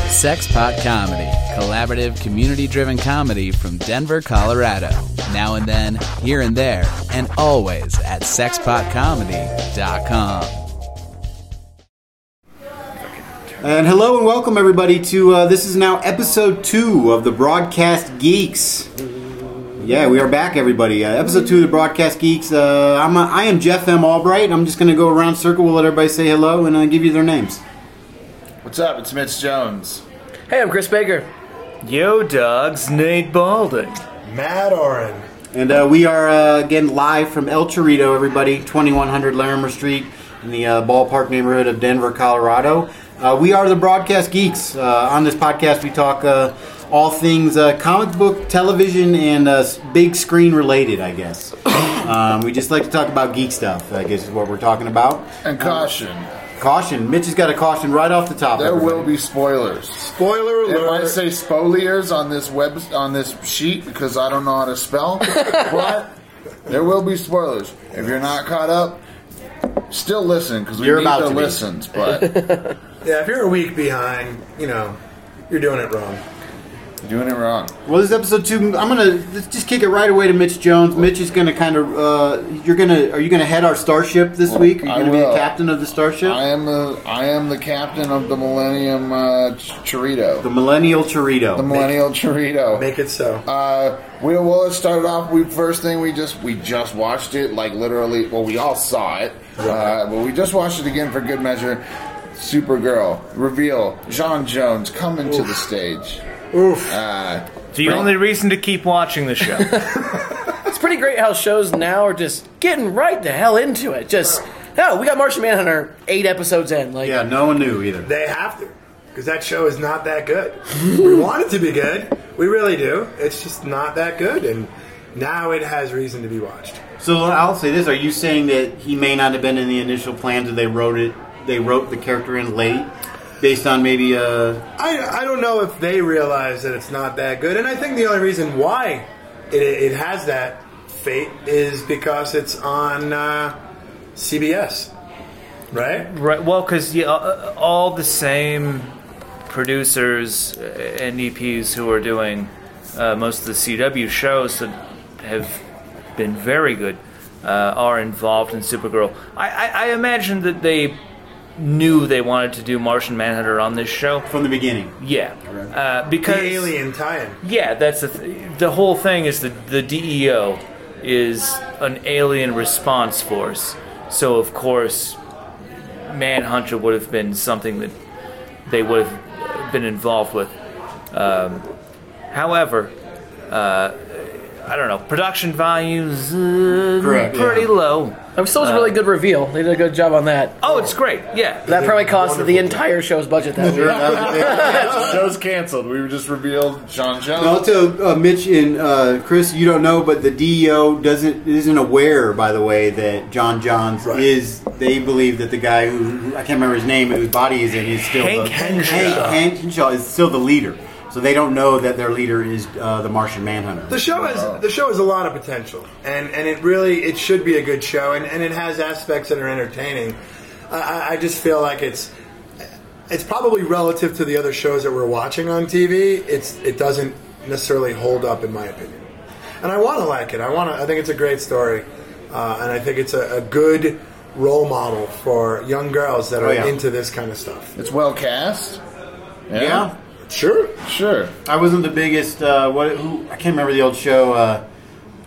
Sexpot Comedy, collaborative, community driven comedy from Denver, Colorado. Now and then, here and there, and always at sexpotcomedy.com. And hello and welcome everybody to uh, this is now episode two of the Broadcast Geeks. Yeah, we are back, everybody. Uh, episode two of the Broadcast Geeks. Uh, I'm uh, I am Jeff M. Albright. I'm just going to go around circle. We'll let everybody say hello and uh, give you their names. What's up? It's Mitch Jones. Hey, I'm Chris Baker. Yo, dogs, Nate Balding. Mad Oren. And uh, we are uh, again live from El Chorrito, everybody, 2100 Larimer Street in the uh, ballpark neighborhood of Denver, Colorado. Uh, we are the Broadcast Geeks. Uh, on this podcast, we talk uh, all things uh, comic book, television, and uh, s- big screen related, I guess. um, we just like to talk about geek stuff, I guess is what we're talking about. And caution, Caution. Mitch has got a caution right off the top. there everybody. will be spoilers. Spoiler If I alert. say spoliers on this web on this sheet because I don't know how to spell, but there will be spoilers. If you're not caught up, still listen because we You're need about the to be. listens. But yeah, if you're a week behind, you know, you're doing it wrong. you're doing it wrong. Well, this is episode two. I'm gonna let's just kick it right away to Mitch Jones. Mitch is gonna kind of uh, you're gonna are you gonna head our starship this week? Are you I gonna be the will. captain of the starship? I am the I am the captain of the Millennium uh, ch- Chorito, the the, Millennial Chorito. Millennial Chorito. Make it so. Uh, we well, it started off. We first thing we just we just watched it like literally. Well, we all saw it, uh, but we just watched it again for good measure. Supergirl reveal: John Jones coming to the stage. Oof. Uh, The only reason to keep watching the show. It's pretty great how shows now are just getting right the hell into it. Just oh, we got Martian Manhunter eight episodes in. Like yeah, no one knew either. They have to, because that show is not that good. we want it to be good. We really do. It's just not that good, and now it has reason to be watched. So I'll say this: Are you saying that he may not have been in the initial plans, that they wrote it? They wrote the character in late, based on maybe uh, I, I don't know if they realize that it's not that good, and I think the only reason why it, it has that fate is because it's on uh, CBS, right? right, well, because yeah, uh, all the same producers uh, and EPs who are doing uh, most of the CW shows that have been very good uh, are involved in Supergirl. I, I, I imagine that they knew they wanted to do Martian Manhunter on this show. from the beginning. Yeah, uh, The because alien tie-in. Yeah, that's the th- the whole thing is the the DEO is an alien response force. So of course, Manhunter would have been something that they would have been involved with. Um, however, uh, I don't know. Production values uh, Correct, pretty yeah. low. I'm still a really good reveal. They did a good job on that. Oh, it's great. Yeah, That probably cost the Wonderful. entire show's budget that week. show's canceled. We were just revealed John Jones. Also, uh, Mitch and uh, Chris, you don't know, but the DEO doesn't isn't aware, by the way, that John Johns Right. is. They believe that the guy who, who- I can't remember his name, whose body he's in, is still Hank the, Henshaw. Hank, Hank Henshaw is still the leader. So they don't know that their leader is uh, the Martian Manhunter. The show has the show has a lot of potential, and and it really it should be a good show, and, and it has aspects that are entertaining. I- I, I just feel like it's it's probably relative to the other shows that we're watching on TV. It's it doesn't necessarily hold up in my opinion, and I want to like it. I want to. I think it's a great story, uh, and I think it's a, a good role model for young girls that are yeah. into this kind of stuff. it's well cast. yeah. Sure. sure. I wasn't the biggest. Uh, what? Who? I can't remember the old show. Uh,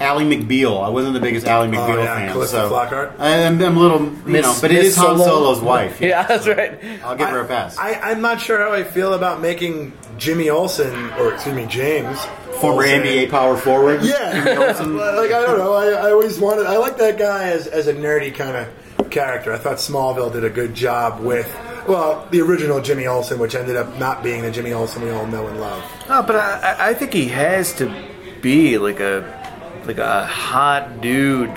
Ally McBeal. I wasn't the biggest Ally McBeal yeah, fan. Calista so Flockhart. I, am a little, you know, but it Miss is Han Solo. Solo's wife. Yeah, that's right. I'll give her a pass. I, I'm not sure how I feel about making Jimmy Olsen, or excuse me, James. Former Olsen. NBA power forward. Oh, Yeah. like, I don't know. I, I always wanted, I like that guy as, as a nerdy kind of character. I thought Smallville did a good job with, well, the original Jimmy Olsen, which ended up not being the Jimmy Olsen we all know and love. no, but I, I- I think he has to be like a like a hot dude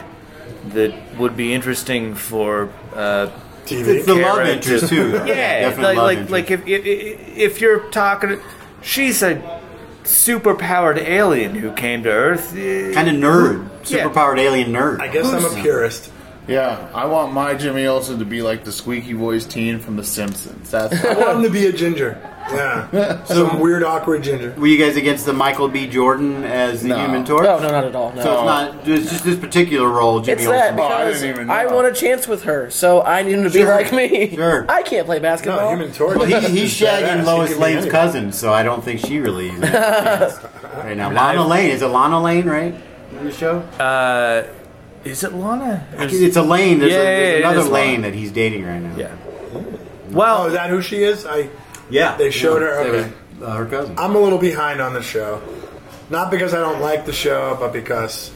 that would be interesting for. Uh, TV. It's the love Character. interest too. though. Yeah, Definite like love like, interest. like if, if if you're talking, she's a superpowered alien who came to Earth. eh, kind of nerd, Yeah. superpowered alien nerd. I guess I'm a purist. Yeah, I want my Jimmy Olsen to be like the squeaky voice teen from The Simpsons. That's I want him to be a ginger. Yeah. Some weird, awkward ginger. Were you guys against the Michael B. Jordan as the No. Human Torch? No, no, not at all. No. So it's not. It's just this particular role. Jimmy It's Olsen. that Oh, I because didn't even I, know. want a chance with her, so I need him to be Sure. like me. Sure. I can't play No, basketball. human torch. Oh, Well, he, he's is badass. He shagging Lois can be Lane's anything. cousin, so I don't think she really is right now. Lana Lane is it Lana Lane, right? In the show, Is it Lana? There's- it's a Lane. There's, a, Yeah, yeah, there's it another is Lana. Lane that he's dating right now. yeah. Oh, Well, is that who she is? I. yeah. They showed her- It was, okay. uh, her cousin. I'm a little behind on the show, not because I don't like the show, but because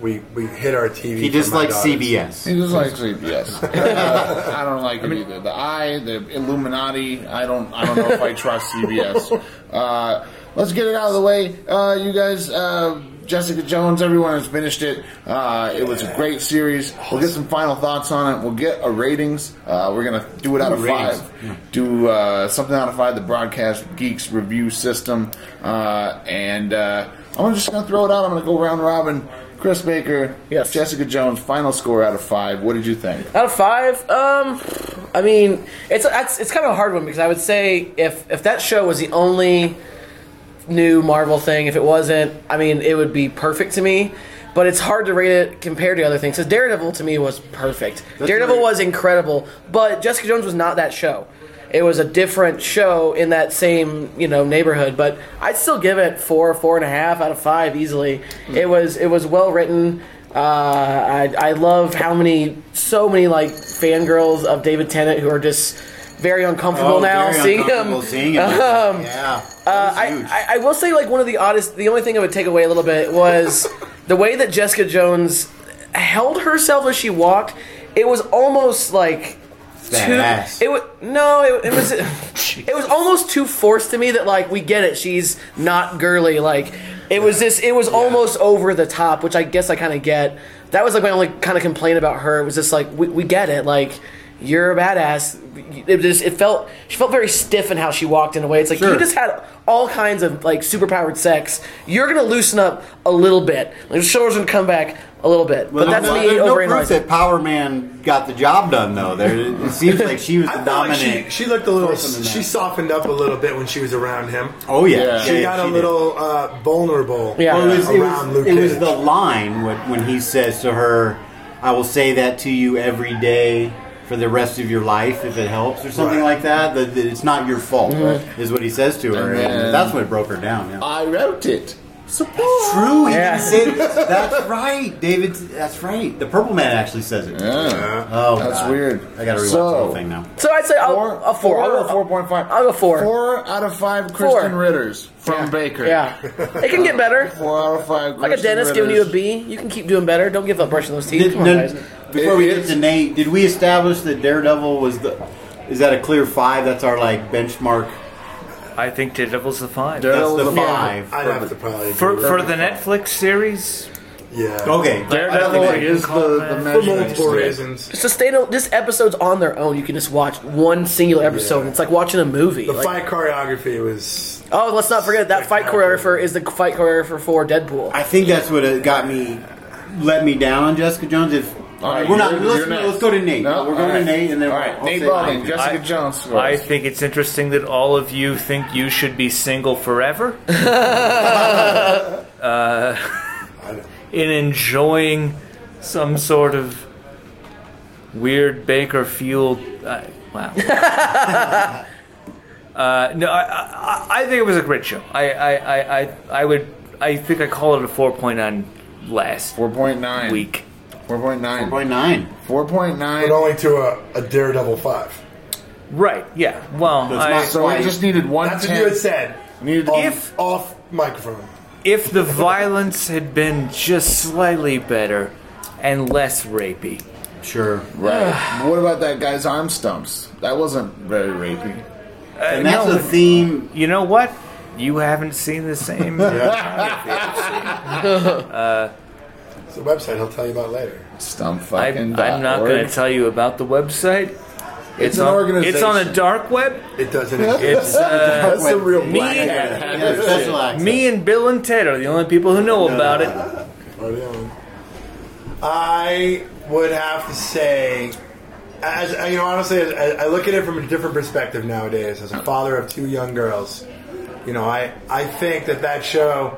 we we hit our TV. he for just my likes daughters. CBS. He just likes sleep. Yes, Uh, I don't like it either. The I, the Illuminati. I don't. I don't know if I trust CBS. Uh, let's get it out of the way, uh, you guys. Uh, Jessica Jones. Everyone has finished it. Uh, it was a great series. We'll get some final thoughts on it. We'll get a ratings. Uh, we're gonna do it out of Ooh, ratings. five. Do uh, something out of five. The broadcast geeks review system. Uh, and uh, I'm just gonna throw it out. I'm gonna go round robin. Chris Baker, Yes. Jessica Jones, final score out of five. What did you think? Out of five, um, I mean, it's that's, it's kind of a hard one because I would say if if that show was the only new Marvel thing, if it wasn't, I mean, it would be perfect to me. But it's hard to rate it compared to other things. Because Daredevil to me was perfect. Daredevil right. was incredible, but Jessica Jones was not that show. It was a different show in that same you know neighborhood, but I'd still give it four, four and a half out of five easily. It was it was well written. Uh, I, I love how many so many like fangirls of David Tennant who are just very uncomfortable Oh, now very seeing uncomfortable him. Um, uh, Seeing him. Um, yeah. uh, That was I, huge. I, I will say like one of the oddest the only thing i would take away a little bit was the way that jessica jones held herself as she walked it was almost like badass. too it was no it, it was it was almost too forced to me that like we get it she's not girly like it was this it was almost over the top which i guess i kind of get that was like my only kind of complaint about her it was just like we, we get it like you're a badass it just it felt she felt very stiff in how she walked in a way it's like you Sure. just had all kinds of like superpowered sex you're gonna loosen up a little bit like your shoulders gonna come back a little bit but that's there's me no proof overanalyzing. that Power Man got the job done though. There, it seems like she was I the felt like dominant. she, she looked a little. person in that. She softened up a little bit when she was around him. oh yeah, Yeah. She Yeah, got a did. little uh, vulnerable. Yeah. Well, it was, it around was, Luke it was Cage. the line when, when he says to her, "I will say that to you every day for the rest of your life if it helps," or something Right. Mm-hmm. like that. That that it's not your fault is what he says to her, And and, then- that's what broke her down. Yeah. I wrote it. Support. True, he Yeah. didn't say that's right, David. That's right. The Purple Man actually says it. Oh, That's God. weird. I gotta rewatch So- the whole thing now. so i'd say I'll, Four, a four, four I'll- or four point five. I'll go four. Four out of five Kristen Ritters from Baker. Yeah, it can get better. Four out of five. Like a Kristen dentist giving you a Ritters. B, you can keep doing better. Don't give up brushing those teeth. Did- Come on, did- guys. before we get It's- to Nate, did we establish that Daredevil was the? Is that a clear five? That's our like benchmark. I think Daredevil's the five. That's Daredevil's the a five. five. I'd have to probably for agree. for the Netflix series, yeah. Okay. Daredevil That is call the, it the that. For measuring multiple stick. reasons. So stay. do this episode's on their own. You can just watch one singular episode. Yeah. It's like watching a movie. The Like- fight choreography was oh, let's not forget that fight choreographer is the fight choreographer for Deadpool. I think that's what it got me, let me down on Jessica Jones. If All right, we're not, you're- let's, you're next. let's go to Nate. No, we're going all right. to Nate, and then all right. I'll Nate say Baldwin, mine. Jessica I- Jones. scores. I think it's interesting that all of you think you should be single forever. uh, in enjoying some sort of weird Baker fueled. Uh, wow. uh, no, I, I, I think it was a great show. I, I, I, I, I would. I think I call it a 4.9 last four point nine. week. Four point nine. 4.9. Four point nine. but only to a, a Daredevil five. Right, yeah. Well, That's I- not So we just needed one That's what tenth. you had said. Needed Off, If- off microphone. if the violence had been just slightly better and less rapey. Sure. Right. what about that guy's arm stumps? That wasn't very rapey. And that's the theme. You know what? You haven't seen the same. It's a website he'll tell you about later. Stump I, fucking. I'm dot not org. going to tell you about the website. It's an on, organization. It's on the dark web. It doesn't exist. It's uh, That's the real me, black hat. Yeah, special access. me and Bill and Ted are the only people who know about it. Right on. I would have to say as I- you know, honestly, as, I I look at it from a different perspective nowadays. As a father of two young girls, you know, I I think that that show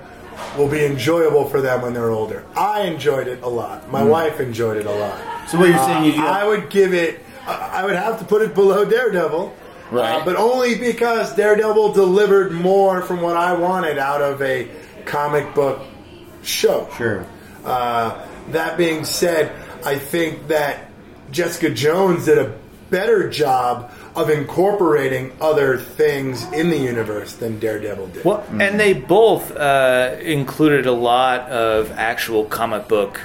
will be enjoyable for them when they're older. I enjoyed it a lot. My wife enjoyed it a lot. So what you're saying is you- I would give it. I I would have to put it below Daredevil. Right. uh, but only because Daredevil delivered more from what I wanted out of a comic book show. Sure. Uh, that being said, I think that Jessica Jones did a better job of incorporating other things in the universe than Daredevil did. Well, Mm. and they both uh, included a lot of actual comic book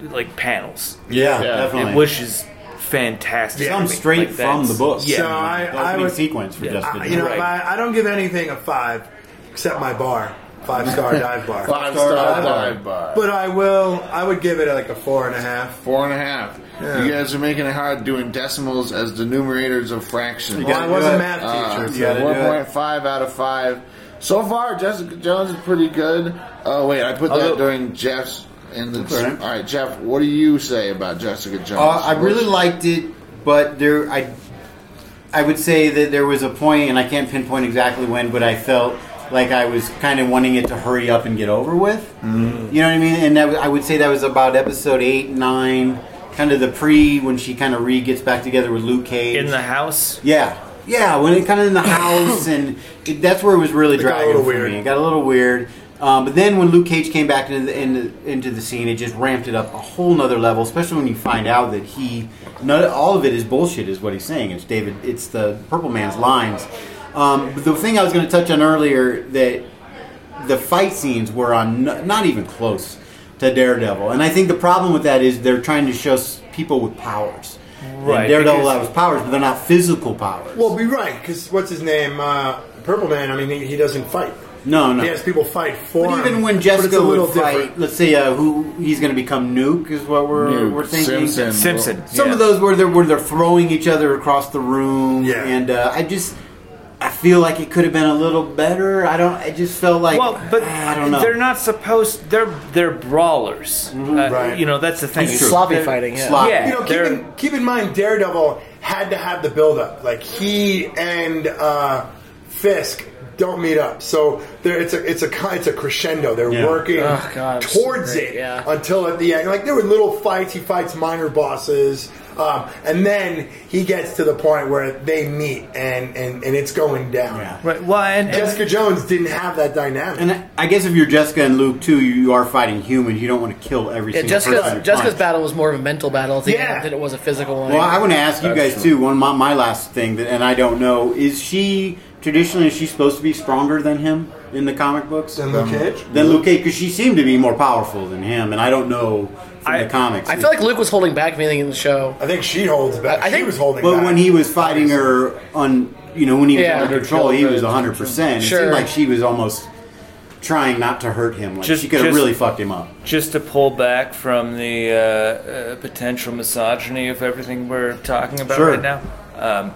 like panels, Yeah, Yeah, definitely. which is fantastic. Some straight Like, from that's- the book. Yeah. So I- the I opening would- sequence for Jessica. I, Uh, you know, Right. I, I don't give anything a five, except my bar, five star dive bar. Five star Five-star dive bar. But I will. I would give it like a four and a half. Four and a half. You guys are making it hard doing decimals as the numerators of fractions. Well, I gotta was do a it. math Uh, teacher, so you gotta do one it. point five out of five. So far, Jessica Jones is pretty good. Oh wait, I put Although- that during Jeff's. In the That's all right. all right, Jeff, what do you say about Jessica Jones? Uh, I really liked it, but there I I would say that there was a point, and I can't pinpoint exactly when, but I felt like I was kind of wanting it to hurry up and get over with. Mm-hmm. You know what I mean? And that, I would say that was about episode eight, nine, kind of the pre when she kind of re gets back together with Luke Cage. in the house. Yeah, yeah. When it kind of in the house, and it, that's where it was really got a dragging little for weird. me. It got a little weird. Um, but then when Luke Cage came back into the, into, into the scene, it just ramped it up a whole nother level. Especially when you find out that he, none, all of it is bullshit, is what he's saying. It's David, it's the Purple Man's lines. Um, but the thing I was going to touch on earlier that the fight scenes were on n- not even close to Daredevil, and I think the problem with that is they're trying to show s- people with powers. And Right, Daredevil because- has powers, but they're not physical powers. Well, be right because what's his name? Uh, Purple Man. I mean, he, he doesn't fight. no, no. He has people fight for but him. even when but it's Jessica a little would fight, different. let's say uh, who he's going to become Nuke is what we're Nuke, we're thinking. Simpson. Simpson. Some yeah. of those where they're where they're throwing each other across the room, Yeah. and uh, I just I feel like it could have been a little better. I don't. I just felt like Well, but ah, I don't know. Mm-hmm. they're not supposed. They're they're brawlers. Uh, Right. You know that's the thing. That's is true. Sloppy they're- fighting, yeah. Sloppy. Yeah, you know, keep they're- in, keep in mind, Daredevil had to have the buildup. Like he and uh, Fisk don't meet up, so there it's a it's a co- it's a crescendo. They're Yeah. working Oh, God, it's so towards great, it yeah. until at the end. Like there were little fights. He fights minor bosses, um, and then he gets to the point where they meet and and, and it's going down. Yeah. Right. Well, and, and Jessica Jones didn't have that dynamic. And I- I guess if you're Jessica and Luke too, you, you are fighting humans. You don't want to kill every Yeah, single person. Jessica's, you Jessica's punch. battle was more of a mental battle at the Yeah. end than it was a physical one. Well, I want to ask you guys too. One my, my last thing that, and I don't know, is she traditionally is she supposed to be stronger than him in the comic books? Um, Then Luke Cage? Than Luke Cage, because she seemed to be more powerful than him, and I don't know from I- the comics. I feel like Luke was holding back anything in the show. I think she holds back. I I, think- she was holding but back. when he was fighting her on, you know, when he was Yeah. under control, he was hundred percent. It Sure. seemed like she was almost trying not to hurt him. Like Just- she could have just- really fucked him up. just to pull back from the uh, uh, potential misogyny of everything we're talking about Sure. right now. Um,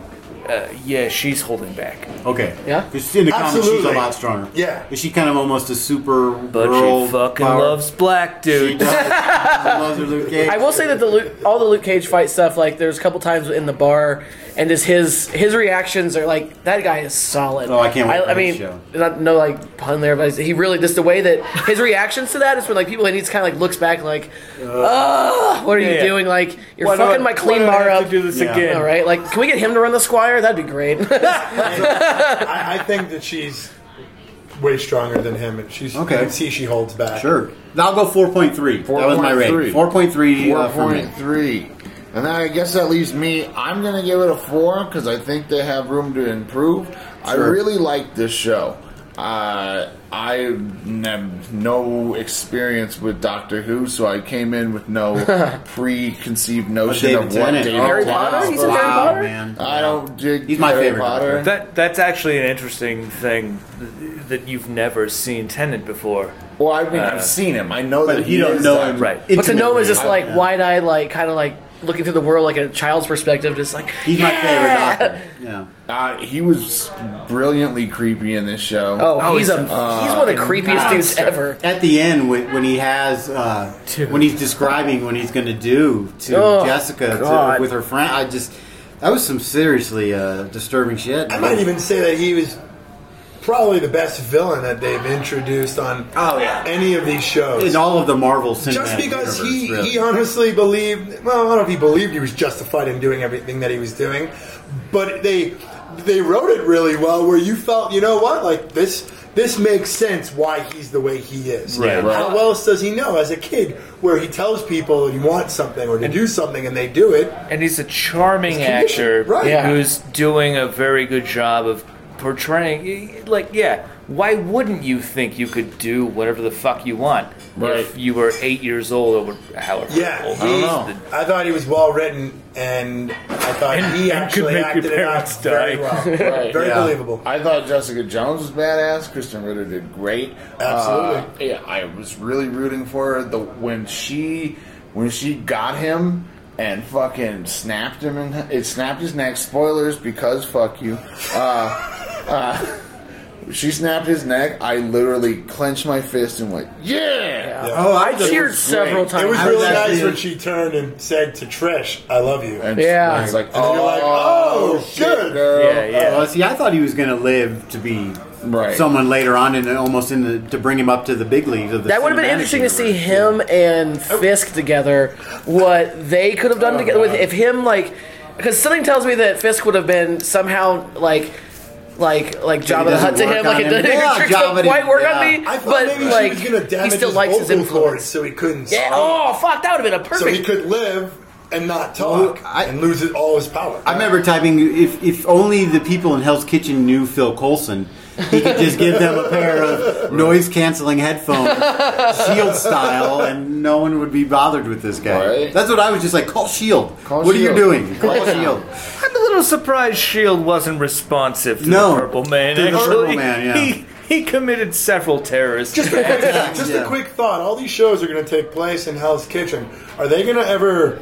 uh, yeah, she's holding back. Okay. Yeah? Because in the comics, she's a Absolutely. lot stronger. Yeah. Is she kind of almost a super But girl? she fucking power? loves black She dudes. does. she loves her Luke Cage. I will say that the Luke, all the Luke Cage fight stuff, like there's a couple times in the bar, and just his his reactions are like that guy is solid. Oh, I can't wait I, for I mean, his show. not no like pun there, but he really just the way that his reactions to that is when like people and he's kind of like looks back like, oh, what are you Yeah. doing? Like you're Why do fucking I- my why clean do I bar have up. To do this Yeah. again. All right, like can we get him to run the Squire? That'd be great. I, I think that she's way stronger than him, and she's Okay. okay. see she holds back. Sure. I'll go 4.3. that was my rating. 4.3 Four uh, for me. point three. And then I guess that leaves me. I'm gonna give it a four because I think they have room to improve. I Sure. really like this show. Uh, I have no experience with Doctor Who, so I came in with no preconceived notion David of what Tennant. David Oh, Harry Tennant Potter? is. He's in Harry wow, Potter? man. I don't dig. He's my Harry favorite Potter. Doctor. That that's actually an interesting thing th- that you've never seen Tenant before. Well, I mean, I've seen him. I know Uh, But that you he don't is know that. him. Right. but to know is just like Yeah. wide eyed, like kind of like looking through the world like a child's perspective, just like He's my favorite doctor. Yeah. Uh, he was brilliantly creepy in this show. Oh, he's, he's a, a he's one of the creepiest dudes monster. ever. At the end, when, when he has, uh, Dude. when he's describing what he's going to do to Oh, Jessica to- God. with her friend, I just that was some seriously uh, disturbing shit. I might even say that he was probably the best villain that they've introduced on Oh, yeah. any of these shows. in all of the Marvel cinematic just because he, universe, really. he honestly believed well i don't know if he believed he was justified in doing everything that he was doing but they they wrote it really well where you felt you know what like this this makes sense why he's the way he is Right, right. how else does he know as a kid where he tells people you want something or to do something and they do it and he's a charming conditioned, actor right. Yeah. who's doing a very good job of portraying. Like, yeah, why wouldn't you think you could do whatever the fuck you want Right. if you were eight years old or what- however Yeah, old? he- I, thought he was well written, and I thought And- he and could actually make your acted it out parents very die. well, Right. very Yeah. believable. I thought Jessica Jones was badass. Kristen Ritter did great. Absolutely. Uh, yeah, I was really rooting for her. The when she when she got him and fucking snapped him and it snapped his neck. Spoilers because fuck you. Uh, uh, she snapped his neck. I literally clenched my fist and went, yeah. oh, I I just, cheered several great. times. It was I was really actually nice in- when she turned and said to Trish, "I love you." And Yeah. I was like, then oh, you're like, oh, shit, good. girl. Yeah, yeah. Well, see, I thought he was going to live to be Right. someone later on, and almost in the, to bring him up to the big leagues of the. that would have been cinematic interesting to see universe. him and Fisk together. What they could have done together with if him like, because something tells me that Fisk would have been somehow like. Like like Jabba the doesn't Hutt to work him, on like it him. doesn't Yeah, tricks Jabba don't quite didn't- work yeah. on me, I thought but maybe like she was going to he damage still his likes his vocal cords influence. so he couldn't Yeah. song, Oh fuck, that would have been a so perfect. he could live and not Well, talk I- and lose it- all his power. I remember typing if if only the people in Hell's Kitchen knew Phil Coulson, he could just give them a pair of noise canceling headphones, Shield style, and no one would be bothered with this guy. Right. That's what I was just like. Call Shield. Call what are you Shield. doing? Call E Call Shield. I'm a little surprised Shield E wasn't responsive to No, the Purple Man. to the actually, Purple Man, yeah. he he committed several Uh, terrorist acts. Just Yeah. a quick thought: all these shows are going to take place in Hell's Kitchen. Are they going to ever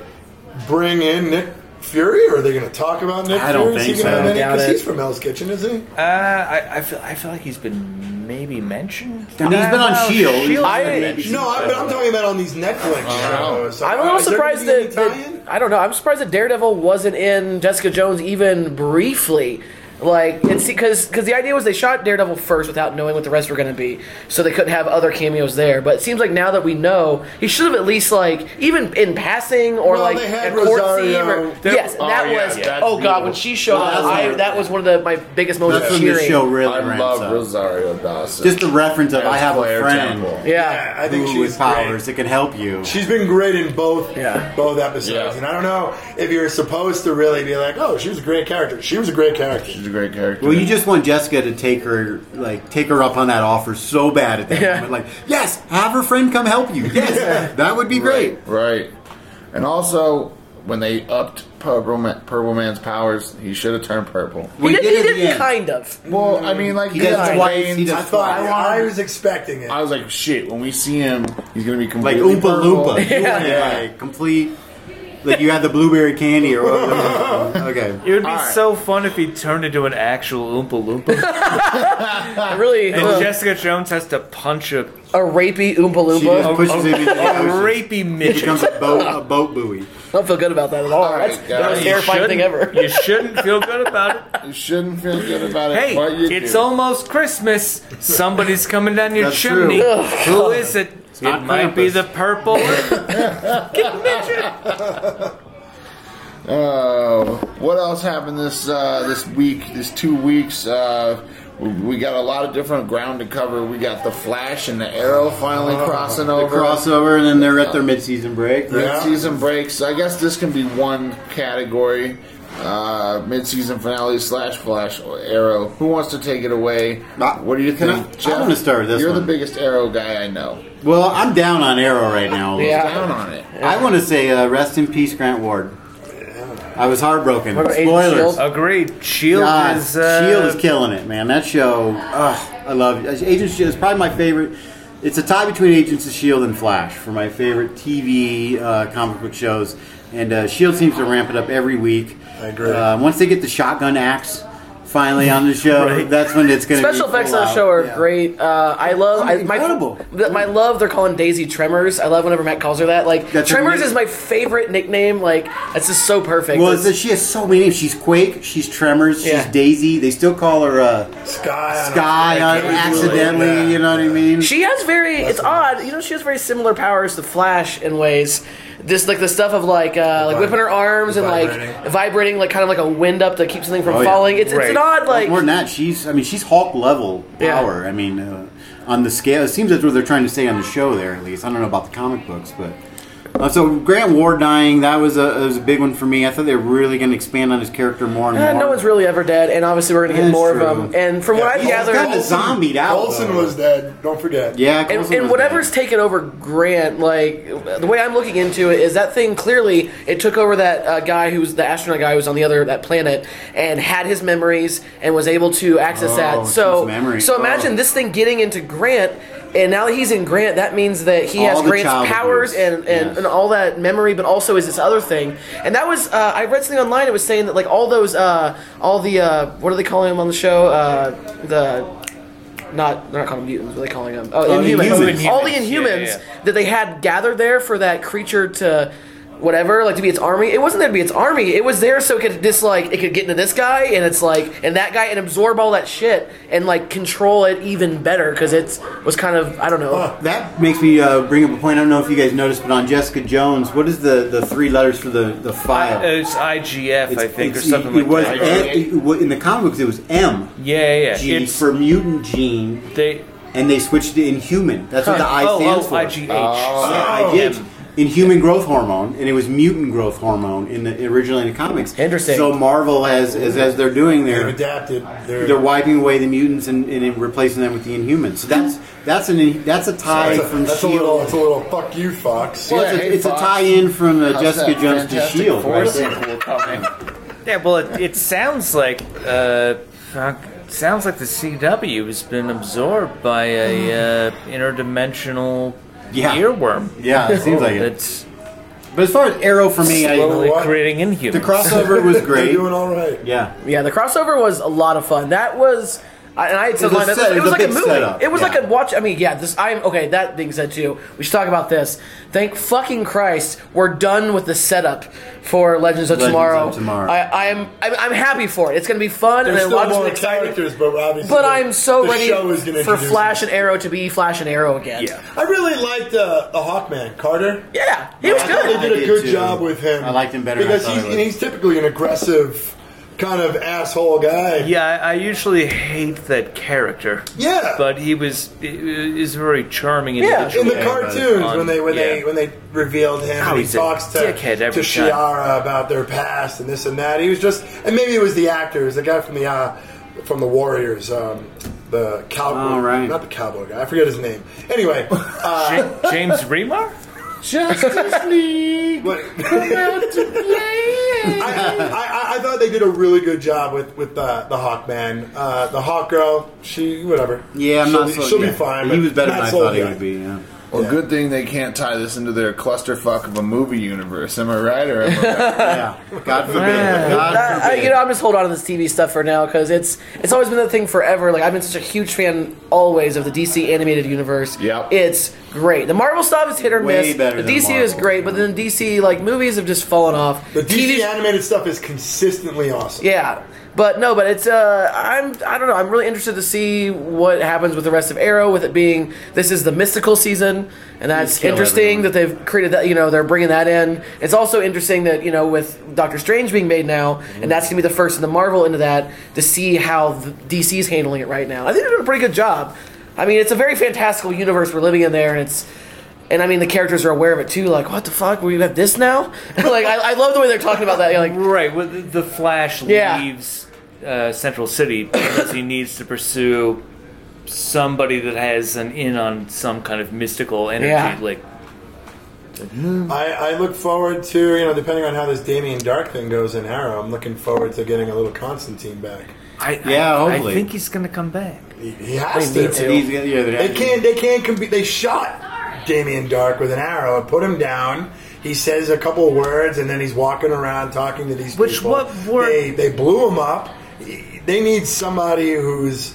bring in Nick Fury, or are they going to talk about Nick I don't Fury? think is he so. going to Doubt Because it. he's from Hell's Kitchen, isn't he? Uh, I, I feel I feel like he's been maybe mentioned. I E mean, he's been on No, Shield. He's Shield's I- E been mentioned. E No, I, but I'm talking about on these Netflix shows. I'm a little surprised that, that- I don't know. I'm surprised that Daredevil wasn't in Jessica Jones even briefly. Like it's because because the idea was they shot Daredevil first without knowing what the rest were going to be, so they couldn't have other cameos there. But it seems like now that we know, he should have at least like even in passing or Well, like they had a court Rosario. scene. Or, That- yes, and oh, that yeah, was that's oh god beautiful. when she showed Well, up, that's I, not- that was one of the my biggest moments That's of when cheering. this show really I ramps love up. Rosario Dawson. Just the reference of As I have a Claire friend Temple. yeah. I think who she's with powers that can help you. She's been great in both Yeah. both episodes, Yeah. and I don't know if you're supposed to really be like, "Oh, she was a great character." She was a great character. She's a great character. Well, you just want Jessica to take her, like, take her up on that offer so bad at that moment. Like, yes, have her friend come help you. Yes, that would be great. Right. And also, when they upped Purple, Ma- Purple Man's powers, he should have turned purple. He, We did, did he at the didn't end. kind of. Well, I mean, like, He does yeah, twice. He Wayne- does I thought twice. I, was expecting it. I was like, shit, when we see him, he's going to be like completely Oompa purple. Loompa. You want it, like complete. Like you had the blueberry candy or whatever. It okay. would be Alright. so fun if he turned into an actual Oompa Loompa. I really and uh, Jessica Jones has to punch a, a rapey Oompa She just Loompa. pushes him into a the ocean. rapey It midget. becomes a boat, a boat buoy. I don't feel good about that at all. Alright, That's the most guys. terrifying thing ever. shouldn't- you shouldn't feel good about it. You shouldn't feel good about it. Hey, but you it's do. almost Christmas. Somebody's coming down your That's chimney. true. Who is it? not it might be Krampus. the purple. Oh, what else happened this uh, this week? This two weeks, uh, we, we got a lot of different ground to cover. We got the Flash and the Arrow finally crossing Oh, The over. crossover, and then they're at their mid-season break. Mid Yeah. season breaks. I guess this can be one category. Uh, Mid season finale slash Flash or Arrow. Who wants to take it away? Uh, What do you can think? I- I wanna start with this You're one. the biggest Arrow guy I know. Well, I'm down on Arrow right now. Yeah. Down on it. I want to say uh, rest in peace, Grant Ward. I was heartbroken. What about Agent Spoilers. Shield? Agreed. Shield God, is. Uh, Shield is killing it, man. That show, ugh, I love it. Agent Shield is probably my favorite It's a tie between Agents of S.H.I.E.L.D. and Flash for my favorite TV uh, comic book shows. And uh, S.H.I.E.L.D. seems to ramp it up every week. I agree. Uh, once they get the shotgun axe finally on the show, Right. that's when it's going to Special effects on the show are great. Uh, I love I, my, Incredible. th- my love. They're calling Daisy Tremors. I love whenever Matt calls her that. Like That's Tremors amazing. is my favorite nickname. Like that's just so perfect. Well, it's It's- that she has so many names. She's Quake, she's Tremors, she's Yeah. Daisy. They still call her uh, Sky. on a- Sky uh, accidentally, Yeah. you know what I mean? She has very. it's odd, you know. She has very similar powers to Flash in ways. This like the stuff of like uh, like vib- whipping her arms and like vibrating. vibrating like kind of like a wind up to keep something from Oh, yeah. falling. It's, it's an Right. odd like More than that, she's, I mean, she's Hulk level Yeah. power. I mean, uh, on the scale, it seems that's what they're trying to say on the show there, at least. I don't know about the comic books, but. Uh, so Grant Ward dying, that was a that was a big one for me. I thought they were really going to expand on his character more and eh, more. no one's really ever dead, and obviously we're gonna get That's more true. of them. And from what I've he's gathered, kind of zombied out. Olsen though. was dead. Don't forget. yeah, and, Coulson and was whatever's dead. taken over Grant, like the way I'm looking into it is that thing clearly it took over that uh, guy who's the astronaut guy who was on the other that planet and had his memories and was able to access Oh, that. it's his So memory. so imagine Oh. this thing getting into Grant. And now that he's in Grant, that means that he All has the Grant's child powers abuse. and, and, Yes. and all that memory, but also is this other thing. And that was uh, I read something online. It was saying that like all those uh, all the uh, what are they calling him on the show? Uh, the not they're not calling them mutants. What are they calling them? Oh, Oh, Inhumans. Inhumans. All the Inhumans, yeah, Inhumans yeah, that they had gathered there for that creature to whatever, like to be its army. It wasn't there to be its army. It was there so it could just like it could get into this guy and it's like and that guy and absorb all that shit and like control it even better because it's was kind of I don't know. That makes me uh, bring up a point. I don't know if you guys noticed, but on Jessica Jones, what is the, the three letters for the, the file? It's IGF, I Uh, think, or it, something like it was that. M- it wa- in the comic books. It was M yeah, yeah. G It's for mutant gene, they. and they switched to Inhuman. That's what the I oh, stands oh, for. IGH. Oh, Yeah, I did. Inhuman growth hormone, and it was mutant growth hormone in the originally in the comics. Interesting. So Marvel has, as, as they're doing They've their adapted. They're, they're wiping away the mutants and, and replacing them with the Inhumans. So that's that's an that's a tie that's, a, from that's a Shield. little. It's a little. E Fuck you, Fox. Well, it's Yeah, a, hey, it's a Fox. tie-in from uh, How's Jessica that Jones to Fantastic Shield, Four right? sequel coming? Yeah, well, it, it sounds like uh, fuck, sounds like the CW has been absorbed by a uh, interdimensional Yeah. earworm. Yeah, it seems like it. That's But as far as Arrow for me, slowly I, what? creating inhumans. the crossover was They're great. doing all right. Yeah, Yeah, the crossover was a lot of fun. That was, I, and I had said It was a line, that set- was- it was like it a was a big movie. setup, It was yeah. like a watch. I mean, yeah, this. I'm okay. That being said, too, we should talk about this. Thank fucking Christ, we're done with the setup for Legends Legends of of Tomorrow. Tomorrow. I, I'm, I'm, I'm happy for it. It's gonna be fun, and There's a still lot more of exciting. characters, but obviously, But the- I'm so the ready show is gonna for introduce Flash them. and Arrow to be Flash and Arrow again. yeah. I really liked uh, the Hawkman, Carter. yeah, he was I thought good. They did I a did good too. job with him. I liked him better than I because thought he's, I would. and he's typically an aggressive kind of asshole guy. Yeah, I, I usually hate that character. Yeah. but he was he is a very charming Yeah, individual. in the Yeah, cartoons but- when they when they yeah. when they revealed him Oh, and he he's a talks to dickhead to every time. Shiara about their past and this and that. He was just and maybe it was the actors, the guy from the uh, from the Warriors, um, the cowboy, Oh, right. not the cowboy guy. I forget his name. Anyway, uh, Ja- James Remar. But- I, I, I thought they did a really good job with with uh, the Hawkman, uh, the Hawk Girl. She whatever. yeah, I'm she'll not Be, so. she'll yeah. be fine. He but was better than not I sold thought he yet. would be. Yeah. Well, good thing they can't tie this into their clusterfuck of a movie universe. Am I right or am I right? yeah. God forbid. God I, I- forbid. Uh, you know, I'm just holding on to this TV stuff for now because it's it's always been the thing forever. Like I've been such a huge fan always of the DC animated universe. Yep. it's great. The Marvel stuff is hit or Way miss. better the than DC is Marvel. great, but then DC like movies have just fallen off. The DC TV animated stuff is consistently awesome. yeah. But no, but it's uh, I'm I don't know. I'm really interested to see what happens with the rest of Arrow, with it being this is the mystical season, and that's kill interesting everyone. that they've created that. You know, they're bringing that in. It's also interesting that you know with Doctor Strange being made now, and that's gonna be the first in the Marvel into that to see how the DC's handling it right now. I think they're doing a pretty good job. I mean, it's a very fantastical universe we're living in there, and it's. And I mean, the characters are aware of it too. Like, what the fuck? We have this now? like, I, I love the way they're talking about that. You're like, Right, well, the, the Flash Yeah. leaves uh, Central City because he needs to pursue somebody that has an in on some kind of mystical energy. Yeah. Like, I, I look forward to you know depending on how this Damien Dark thing goes in Arrow, I'm looking forward to getting a little Constantine back. I, Yeah, I, hopefully. I think he's gonna come back. He has They to. need to. He's gonna- yeah, They can't. They can't compete. They shot Damien Dark with an arrow. Put him down. He says a couple words, and then he's walking around talking to these Which people. what were- They they blew him up. They need somebody who's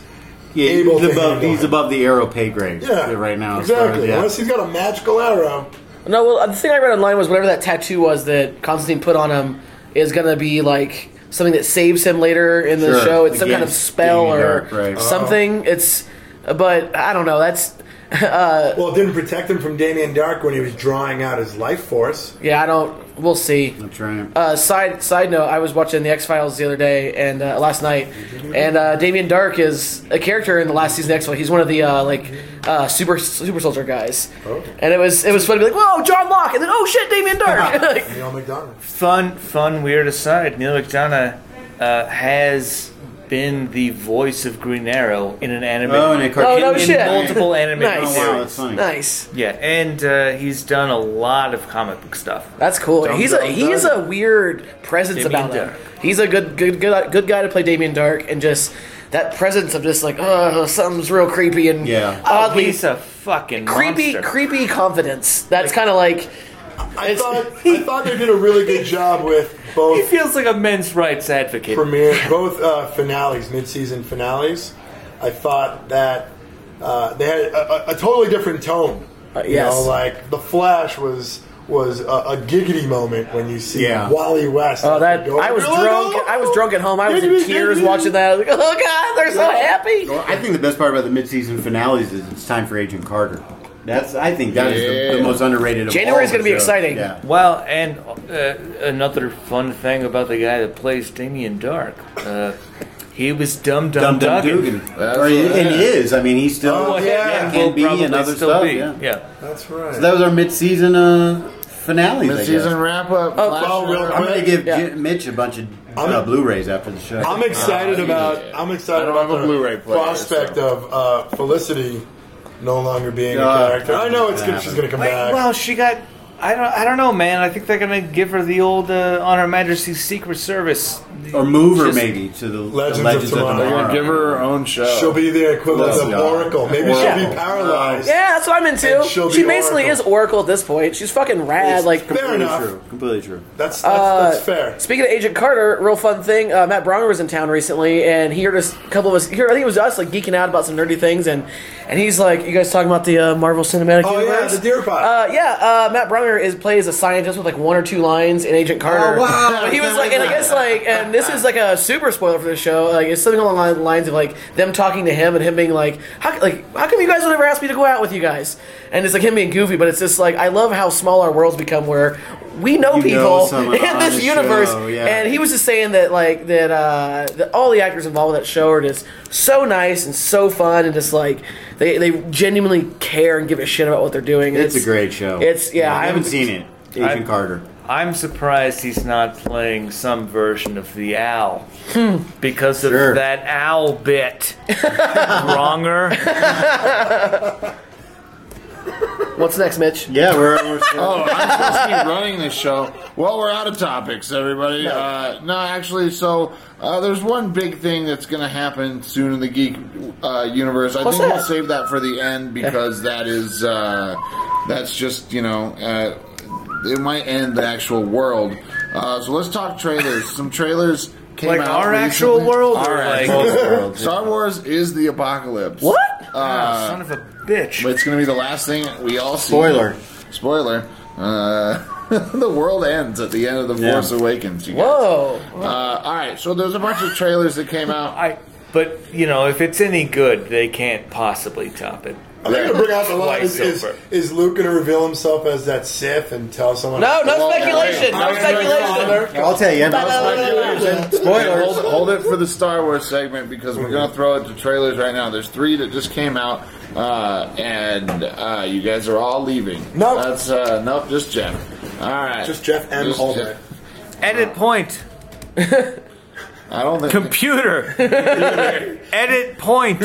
Yeah, able he's to above, handle he's it. above the arrow pay grade yeah right now. as far as- Exactly. yeah. Unless he's got a magical arrow. No, well, the thing I read online was whatever that tattoo was that Constantine put on him is gonna be like something that saves him later in the Sure. show. It's some kind of Against spell Damien or Dark, right. something. It's, but I don't know. That's Well, it didn't protect him from Damien Dark when he was drawing out his life force. yeah. I don't. We'll see. That's right. Uh, side side note: I was watching the X Files the other day and uh, last night, and uh, Damien Dark is a character in the last season of X Files. He's one of the uh, like uh, super super soldier guys, Oh. and it was it was fun to be like, "Whoa, John Locke!" and then, "Oh shit, Damien Dark!" Like, Neil McDonough. Fun, fun, weird aside, Neil McDonough uh, has been the voice of Green Arrow in an anime. oh, and a cartoon. Oh, oh no in shit! multiple anime Nice. series. wow, that's funny. nice. Yeah, and uh, he's done a lot of comic book stuff. That's cool. Dumb, he's a dumb, he's dumb. a weird presence Damien about him. Dark. He's a good good good good guy to play Damien Dark, and just that presence of just like oh something's real creepy and Yeah. oddly Oh, He's a fucking creepy monster. creepy confidence. That's kind of like I It's- thought I thought they did a really good job with He both feels like a men's rights advocate. premiere, both uh, finales, mid-season finales. I thought that uh, they had a, a, a totally different tone. Uh, You yes. know, like the Flash was was a, a giggity moment when you see Yeah. Wally West. oh at that the door. I was You're like, drunk "Oh!" I was drunk at home. I was in tears watching that. I was like oh god, they're so happy. Well, I think the best part about the midseason finales is it's time for Agent Carter. That's I think that is the, the Yeah. most underrated. of January's all the gonna be shows. exciting. Yeah. Well, and uh, another fun thing about the guy that plays Damien Dark, uh, he was Dumb Dum Dumb, Dum Dugan. Dugan, That's or it, right. it is. I mean, he's still Oh, Well, yeah. and Can will be and probably other still stuff, be. yeah. That's right. So that was our midseason uh, finale. Mid-season wrap up. Oh, Flash well, real Gordon. I'm gonna give Yeah. J- Mitch a bunch of I'm- uh, Blu-rays after the show. I'm excited Uh, about. yeah. I'm I excited don't about have a the Blu-ray player, prospect so- of uh, Felicity no longer being Uh, a character. I know it's that good. She's gonna come Like, back. well, she got. I don't. I don't know, man. I think they're gonna give her the old uh, Honor Majesty's Secret Service. or move her Just- maybe to the Legends the of Legends of Tomorrow. They're Tomorrow. gonna give her her own show. She'll be the equivalent Well, of yeah. Oracle. Maybe she'll Oracle. be paralyzed. Yeah, that's what I'm into. And she'll She be basically Oracle. is Oracle at this point. She's fucking rad. It's like completely enough. true. Completely true. That's that's, Uh, that's fair. Speaking of Agent Carter, real fun thing. Uh, Matt Bronger was in town recently, and he heard us, a couple of us here. I think it was us, like geeking out about some nerdy things, and and he's like, "You guys talking about the uh, Marvel Cinematic Oh yeah, Universe?" the deer pot. uh, yeah, uh, Matt Bronger is plays a scientist with like one or two lines in Agent Carter. Oh, wow. But he was like, and I guess like, and this is like a super spoiler for the show. Like it's something along the lines of like them talking to him and him being like, how like how come you guys would ever ask me to go out with you guys? And it's like him being goofy, but it's just like I love how small our worlds become where we know You know people someone in on this the universe, show, yeah. and he was just saying that like that, uh, that all the actors involved with that show are just so nice and so fun and just like they, they genuinely care and give a shit about what they're doing. It's, a great show. It's- yeah, I I haven't haven't- seen it. Agent I- Carter. I'm surprised he's not playing some version of the owl because of Sure. that owl bit. Wronger. What's next, Mitch? Yeah, we're, we're Oh, I'm supposed to be running this show. Well, we're out of topics, everybody. No, uh, no actually, so uh, there's one big thing that's going to happen soon in the geek uh, universe. I What's think that? we'll save that for the end because that is uh, that's just you know uh, it might end the actual world. Uh, so let's talk trailers. Some trailers came Like out our actual recently. world Our or like- actual world, yeah. Star Wars is the apocalypse. What? Uh, Ah, son of a bitch. But it's going to be the last thing we all see. Spoiler. Spoiler. Uh, the world ends at the end of The Yeah. Force Awakens. You guys. Whoa. Uh, all right, so there's a bunch of trailers that came out. I. But you know, if it's any good, they can't possibly top it. I think gonna bring out the line Twice is, is, over. is Luke gonna reveal himself as that Sith and tell someone? No, no Well, speculation. No I'm gonna speculation. I'll tell you. Spoilers. Hold, hold it for the Star Wars segment because we're going to throw it to trailers right now. There's three that just came out, uh, and uh, you guys are all leaving. Nope. That's, uh, nope, just Jeff. All right. Just Jeff M. Just Holder. Jeff. Edit point. I don't think. Computer. Edit point.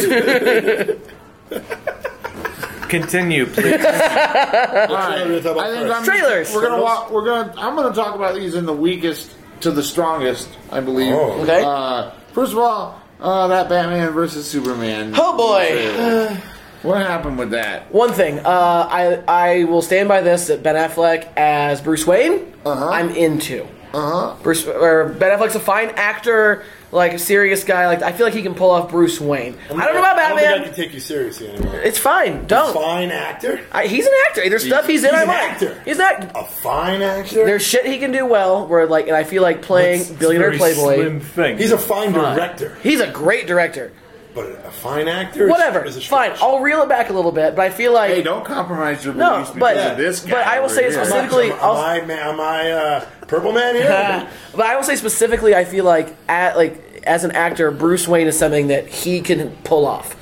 Continue, please. All right. We're gonna talk about I think first. I'm, Trailers. We're gonna walk, we're gonna I'm gonna talk about these in the weakest to the strongest, I believe. Oh. Okay. Uh, first of all, Oh, that Batman versus Superman. Oh, boy. boy. what happened with that? One thing, uh, I I will stand by this that Ben Affleck as Bruce Wayne, uh-huh. I'm into. Uh huh. Bruce or Ben Affleck's a fine actor, like a serious guy. Like I feel like he can pull off Bruce Wayne. I don't know about I don't think I Batman. can take you seriously anymore. It's fine. Don't. Fine actor, I, he's an actor. There's stuff he's in. he's I an like. actor. He's not. a fine actor. There's shit he can do well. Where like, and I feel like playing It's a billionaire very playboy. Slim thing. He's a fine director, He's a great director. but a fine actor. is- Whatever. is a Fine. stretch. I'll reel it back a little bit, but I feel like Hey, don't compromise your No, beliefs but- because of this guy. but I will over say it's here. Am I- specifically- Am I'll- I, man, am I uh, purple man here? but I will say specifically, I feel like at like as an actor, Bruce Wayne is something that he can pull off.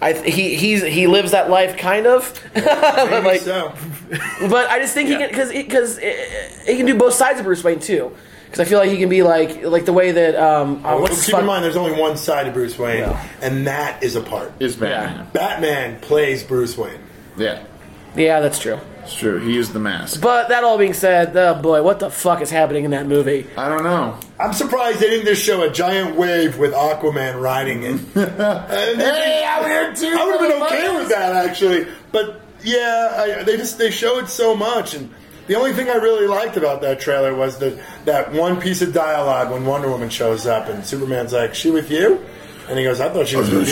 I th- he he's he lives that life kind of, but Maybe like, so. but I just think he can because because he, he can do both sides of Bruce Wayne too. Because I feel like he can be like like the way that um uh, Well, what's his keep fuck- in mind, there's only one side to Bruce Wayne, Yeah. and that is a part. It's Batman. Batman plays Bruce Wayne. Yeah. yeah that's true. it's true. He is the mask. But that all being said, oh boy, what the fuck is happening in that movie? I don't know. I'm surprised they didn't just show a giant wave with Aquaman riding it. Hey, I'm here too. I would have been okay with that actually, but yeah, I, they just they showed so much, and the only thing I really liked about that trailer was that that one piece of dialogue when Wonder Woman shows up and Superman's like, "She with you?" and he goes, "I thought she was, with,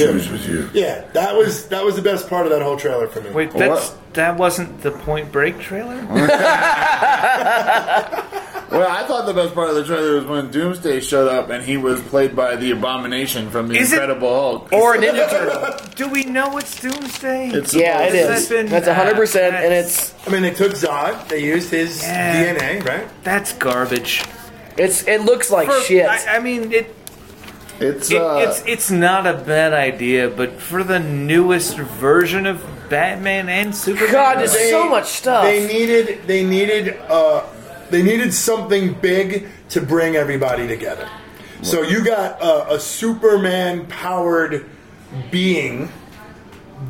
you. Yeah, that was that was the best part of that whole trailer for me. Wait, What? that's that wasn't the Point Break trailer. Well, I thought the best part of the trailer was when Doomsday showed up and he was played by the Abomination from the Is it- Incredible Hulk. Or Ninja Turtle? Do we know it's Doomsday? It's yeah, it supposed to is. be- been- That's hundred percent, and that's- it's I mean, they took Zod, they used his Yeah. DNA, right? that's garbage. it's it looks like For- shit. I, I mean, it, It's, it uh, it's it's not a bad idea, but for the newest version of Batman and Superman, God, there's They- so much stuff. They needed they needed uh, they needed something big to bring everybody together. So you got a, a Superman powered being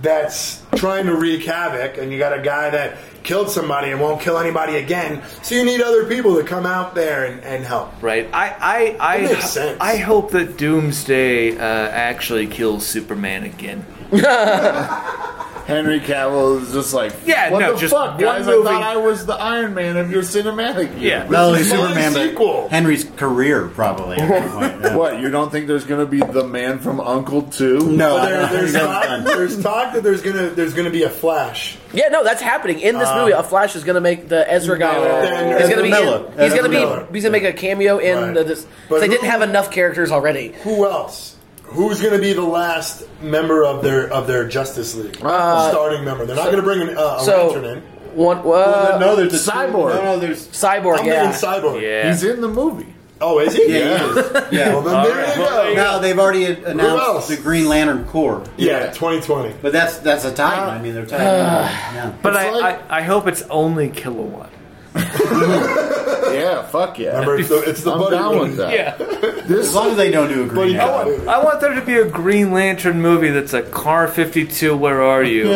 that's trying to wreak havoc, and you got a guy that killed somebody and won't kill anybody again. So you need other people to come out there and, and help. right? I I I, That makes sense. I hope that Doomsday uh, actually kills Superman again. Henry Cavill is just like, Yeah, what no, the just fuck, one guys? I movie. thought I was the Iron Man of your cinematic. Yeah. universe." Not only This is my Superman, sequel. but Henry's career probably. At that point. yeah. What, you don't think there's going to be the man from Uncle 2? No, I There- don't think there's, that's talk, done. there's talk that there's gonna there's gonna be a Flash. Yeah, no, that's happening in this movie. A Flash is gonna make the Ezra guy. then he's gonna Ezra be. Miller. in- he's Ezra gonna be. Miller. He's gonna make a cameo in Right. the. This, But they who- didn't have enough characters already. Who else? Who's going to be the last member of their of their Justice League starting member? They're not going to bring an, uh, a So Lantern in. one. Uh, Well, no, there's a Cyborg. No, no, there's. Cyborg. I'm yeah. thinking Cyborg. Yeah. He's in the movie. Oh, is he? Yeah, he is. Well, yeah. then there you go. No, they've already announced else? the Green Lantern Corps. yeah, 2020. But that's that's a tie. I mean, they're tied. yeah. But I, like- I I hope it's only kilowatt. Yeah, fuck yeah. Remember, it's the, it's the I'm buddy down one. with that. As long as they don't do a Buddy Green cop. Lantern. I want there to be a Green Lantern movie that's a Car 52. Where are you?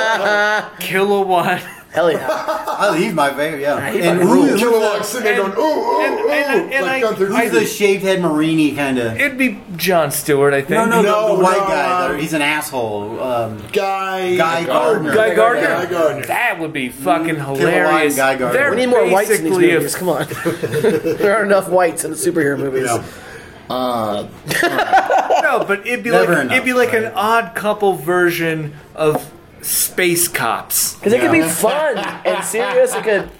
Kilowatt. Hell yeah. Oh, he's my favorite. Yeah, and fucking who, Ooh, who's Kilowog the, sitting there going, and- ooh, ooh, and- ooh, and- and I- like Gunther. I who's the shaved head Marini kind of? It'd be John Stewart, I think. No, no, No, no, the white no. um, guy. There. He's an asshole. Um, Guy, Guy Gardner. Guy Gardner. Guy Gardner. That would be fucking Killer hilarious. Lion Guy Gardner. They're We need more whites in these basically a- movies. Come on. there are enough whites in the superhero movies. no. Uh, no, but it'd be Never like enough, it'd be like an right. odd couple version of Space Cops. Because it could be fun and serious. It could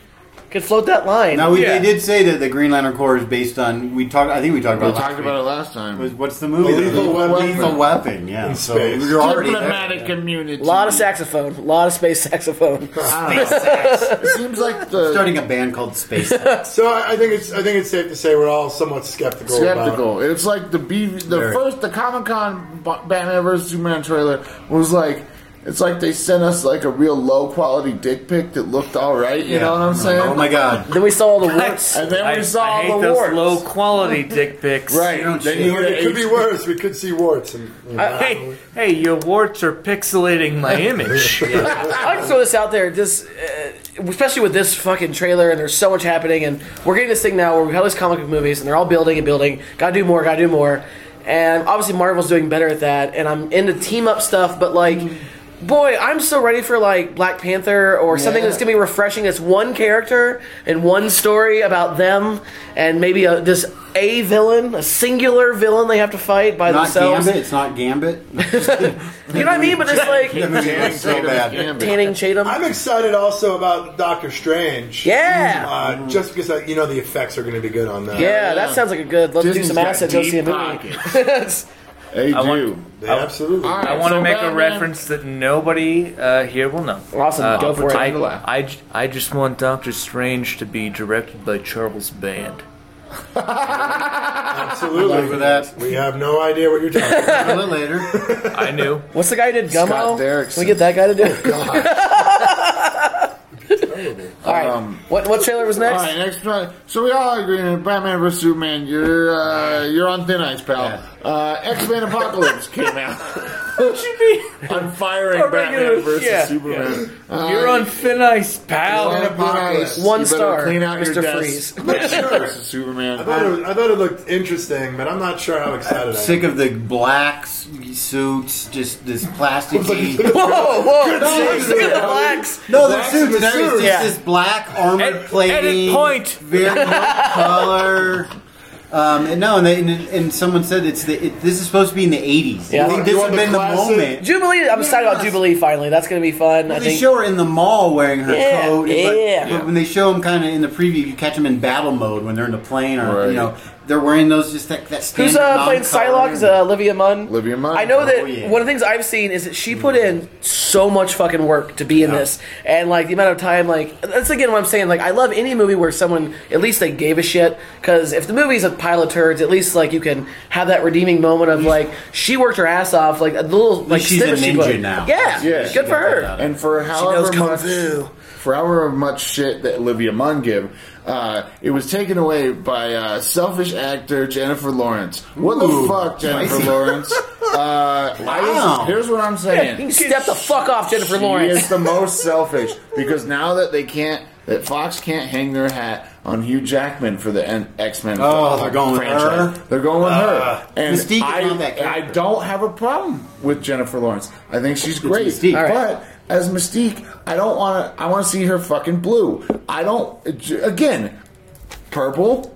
could float that line. Now we, Yeah. they did say that the Green Lantern Corps is based on. We talked. I think we talked we about. last talked week. about it last Was- time. What's the movie? Lethal Weapon. Lethal Weapon. Yeah. So space. we were already there. Diplomatic community. a lot of saxophone. A lot of space saxophone. Ah. It seems like the Starting a band called Space. So I I think it's I think it's safe to say we're all somewhat skeptical. About skeptical. It's like the BV, the Very. first the Comic Con Batman vs Superman trailer was like. It's like they sent us like a real low quality dick pic that looked all right. You know what I'm saying? Oh my god. then we saw all the warts. And then we I, saw I hate the those warts. low quality dick pics. right? don't Then see you it. get it could H- be worse. We could see warts. And, you know, Hey, hey, your warts are pixelating my image. I like to throw this out there, just uh, especially with this fucking trailer, and there's so much happening, and we're getting this thing now where we have all these comic book movies, and they're all building and building. Gotta do more, gotta do more. And obviously, Marvel's doing better at that. And I'm into team up stuff, but like. Boy, I'm so ready for like Black Panther or something Yeah. that's gonna be refreshing. It's one character and one story about them, and maybe a, just a villain, a singular villain they have to fight by Not themselves. Gambit. It's not Gambit. You know what I mean? But it's like Tanning's so bad. Tanning Chatham. I'm excited also about Doctor Strange. Yeah. Uh, just because I, you know the effects are going to be good on that. Yeah, that sounds like a good. Let's do Disney's some got acid. Go deep see a movie. pockets. It's- They I want- do. They absolutely. All right, I want to so make a Batman- reference that nobody uh, here will know. Awesome, Uh, go for it. I, I, j- I just want Doctor Strange to be directed by Charles Band. Absolutely. Over that. We have no idea what you're talking about. A little later. I knew. What's the guy who did Gummo? Scott Derrickson. Oh, Can we get that guy to do it? all right. what what trailer was Um, All next? right, next one. So we all agree on Batman vs Superman. You're uh, you're on thin ice, pal. Uh, X Men Apocalypse came out. I'm firing A regular- Batman vs yeah. Superman. Uh, You're on thin ice, pal. you're on thin ice. One You better star, Clean out Mr. your desk. Freeze. Batman versus Superman. I thought, it, I thought it looked interesting, but I'm not sure how excited I am. Sick of the black s- suits, just this plasticky. Oh, Whoa, whoa! Look at the blacks. no, they're suits. Black's They're suits. just Yeah. this black armored Edit- plating. edit point. Very light color. Um, and no, and, they, and, and someone said it's the. It, this is supposed to be in the 80s. Yeah. I think You this would have want the been the classic- moment. Jubilee. I'm excited about Jubilee. Finally, that's gonna be fun. I Well, they think. show her in the mall wearing her Yeah, coat. and, but- yeah. But, when they show them kind of in the preview, you catch them in battle mode when they're in the plane, or Right. you know, they're wearing those just that. that Who's standard uh, playing non-color. Psylocke? Is uh, Olivia Munn? Olivia Munn. I know that Oh, yeah. one of the things I've seen is that she put in so much fucking work to be in this, and like the amount of time, like that's again what I'm saying. Like I love any movie where someone at least they gave a shit. Because if the movie's a pile of turds, at least like you can have that redeeming moment of like she worked her ass off, like a little like she's a snippet she ninja put. now. Yeah, Yeah. good for her. And for knows however kung much, fu. for however much shit that Olivia Munn give, uh, it was taken away by uh, selfish actor Jennifer Lawrence. What the Ooh, fuck, Jennifer Lawrence? Uh, Wow. I, here's what I'm saying. You can step the fuck off, Jennifer She Lawrence. is the most selfish because now that they can't, that Fox can't hang their hat on Hugh Jackman for the X Men. Oh, they're going with her? They're going with Uh, her. And Mystique is I, not that I character. don't have a problem with Jennifer Lawrence. I think she's great. Mystique. All right. But as Mystique, I don't want to. I want to see her fucking blue. I don't. Again, purple.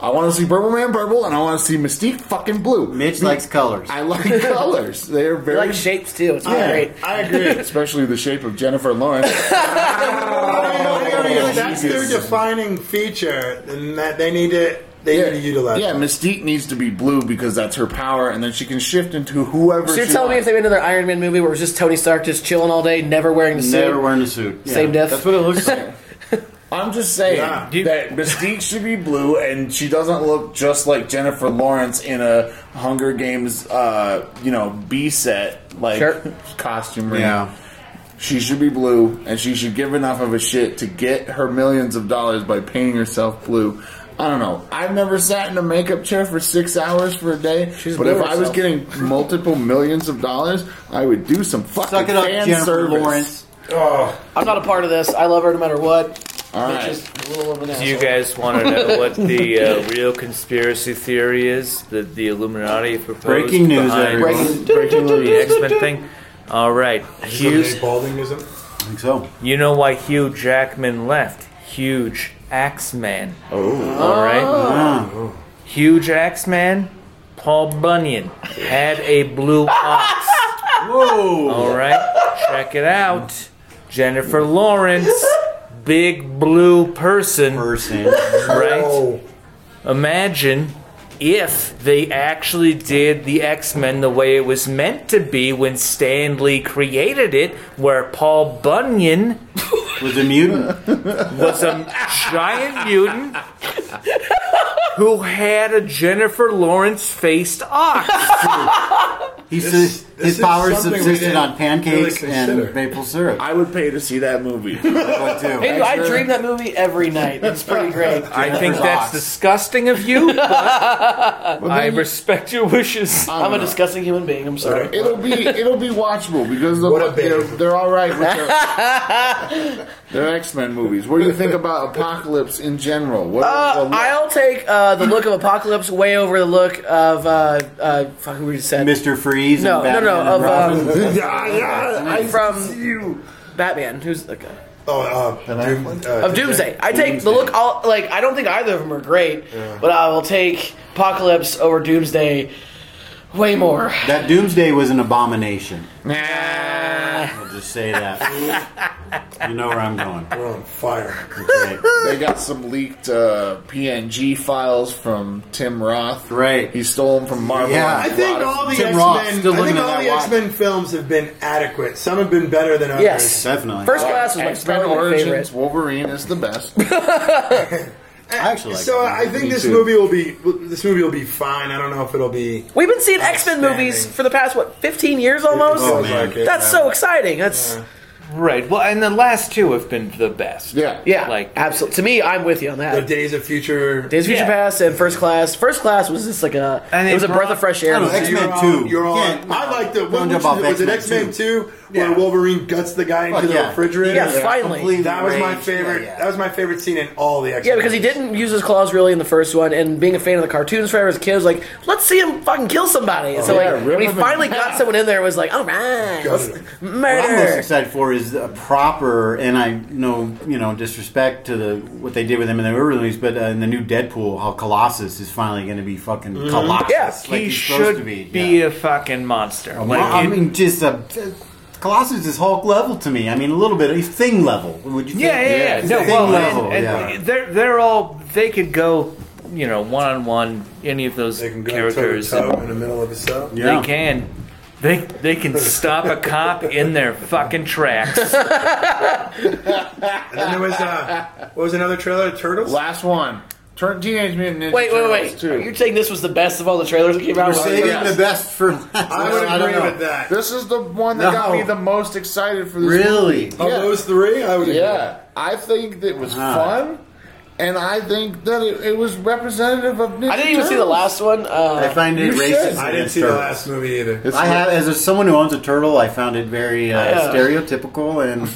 I want to see Purple Man purple, and I want to see Mystique fucking blue. Mitch likes colors. I like colors. They are very Like shapes too. It's Yeah. great. I agree. especially the shape of Jennifer Lawrence. That's their defining feature, and that they need to they need to utilize. yeah, that. Mystique needs to be blue because that's her power, and then she can shift into whoever. So you're she telling me if wants. they made another Iron Man movie where it was just Tony Stark just chilling all day, never wearing the suit? Never wearing a suit. Yeah. Same diff. That's what it looks like. I'm just saying Yeah. that Mystique should be blue, and she doesn't look just like Jennifer Lawrence in a Hunger Games, uh, you know, B set like Sure. costume. ring. Yeah. She should be blue, and she should give enough of a shit to get her millions of dollars by painting herself blue. I don't know. I've never sat in a makeup chair for six hours for a day, but if blue I was herself. getting multiple millions of dollars, I would do some fucking Suck it up, fan Jennifer service. Lawrence. Oh, I'm not a part of this. I love her no matter what. All Bitch right. is a little of an Do you asshole. guys want to know what the uh, real conspiracy theory is that the Illuminati proposed? Breaking news, behind everyone. Breaking the news. X Men thing. All right, Somebody Hughes. balding is a- I think so. You know why Hugh Jackman left? Huge Axe Man. Oh. All Oh. right. Huge Axe Man. Paul Bunyan had a blue ox. Whoa. All right. Check it out. Jennifer Lawrence, big blue person. Person. Right. Oh, Imagine if they actually did the X Men the way it was meant to be when Stan Lee created it, where Paul Bunyan Was a mutant. was a giant mutant who had a Jennifer Lawrence faced ox. He says This His is powers something we subsisted didn't on pancakes really consider. and maple syrup. I would pay to see that movie. would too. Hey, I dream that movie every night. It's pretty great. I think Jennifer's that's ox. disgusting of you, but I respect your wishes. I'm a disgusting human being. I'm sorry. It'll be it'll be watchable because the, What a babe. they're, they're all right with their, their X Men movies. What do you think about Apocalypse in general? What, Uh, what- I'll take uh, the look of Apocalypse way over the look of uh, uh, fuck who we just said Mr. Freeze. No, and no, no, Batman and of, Robin. um, Yeah, yeah, I- from you. Batman. Who's okay. Oh, uh, Doom, uh, of Doomsday? I take the look. All like I don't think either of them are great, but I will take Apocalypse over Doomsday way more. that Doomsday was an abomination. nah, I'll just say that. you know where I'm going. We're on fire. Great. they got some leaked uh, PNG files from Tim Roth. Right. he stole them from Marvel. Yeah. I think all the Tim Roth, X still Men. I looking think at all that the watch. X Men films have been adequate. Some have been better than others. Yes, Definitely. First Class was X my, Men probably my Origins favorite. Wolverine is the best. I actually like So that I movie. think Me this too. movie will be this movie will be fine. I don't know if it'll be. We've been seeing X Men movies Outstanding. for the past what 15 years almost. Oh, man. man. That's so exciting. That's Right. Well, and the last two have been the best. Yeah, yeah, Like- absolutely. To me, I'm with you on The that. Days of Future. Days of Future Yeah. Past and First Class. First Class was just like a And it they was a breath brought- of fresh air. I don't know, So you're X-Men on- 2. You're on. Yeah. I like the. Don't What, jump which, off was it X X-Men Men Two where Yeah. Wolverine guts the guy into Fuck the yeah. refrigerator? Yeah, finally. Completely That was my raged. favorite. Yeah, yeah. That was my favorite scene in all the X. Yeah, because he didn't use his claws really in the first one, and being a fan of the cartoons forever as a kid, I was like, let's see him fucking kill somebody. And so yeah, rip like, when he him in finally got someone in there, it was like, all right, Got let's it. What I'm most murder. excited for is a proper, and I know you know disrespect to the what they did with him in the early release, but uh, in the new Deadpool, how Colossus is finally going to be fucking Mm-hmm. Colossus. Yeah, like he he's supposed should to be. yeah. a fucking monster. Like, Well, I it- mean, just a. Colossus is Hulk level to me. I mean, a little bit. He's Thing level. Would you? yeah, think? yeah, yeah. He's No, Thing well, level. and, yeah. and they're they're all they could go, you know, one on one. Any of those They can go characters, toe to toe in the middle of a cell. Yeah. they can. They, they can stop a cop in their fucking tracks. And then there was uh, what was another trailer? Turtles. last one. Turn Teenage Mutant Ninja Wait, wait, wait. Turtles Are 2. you saying this was the best of all the trailers that came out? We're saving Yes. the best for last. I would don't agree know. with that. This is the one that got No. me the most excited for this. Really? movie. Of Yeah. those three, I would. agree. Yeah, I think that it was Uh-huh. fun, and I think that it, it was representative of. Ninja I didn't even see the last one. I Uh, find it You racist. should. I didn't against see the turtles. last movie either. I have, as a, someone who owns a turtle, I found it very uh, Yeah. stereotypical and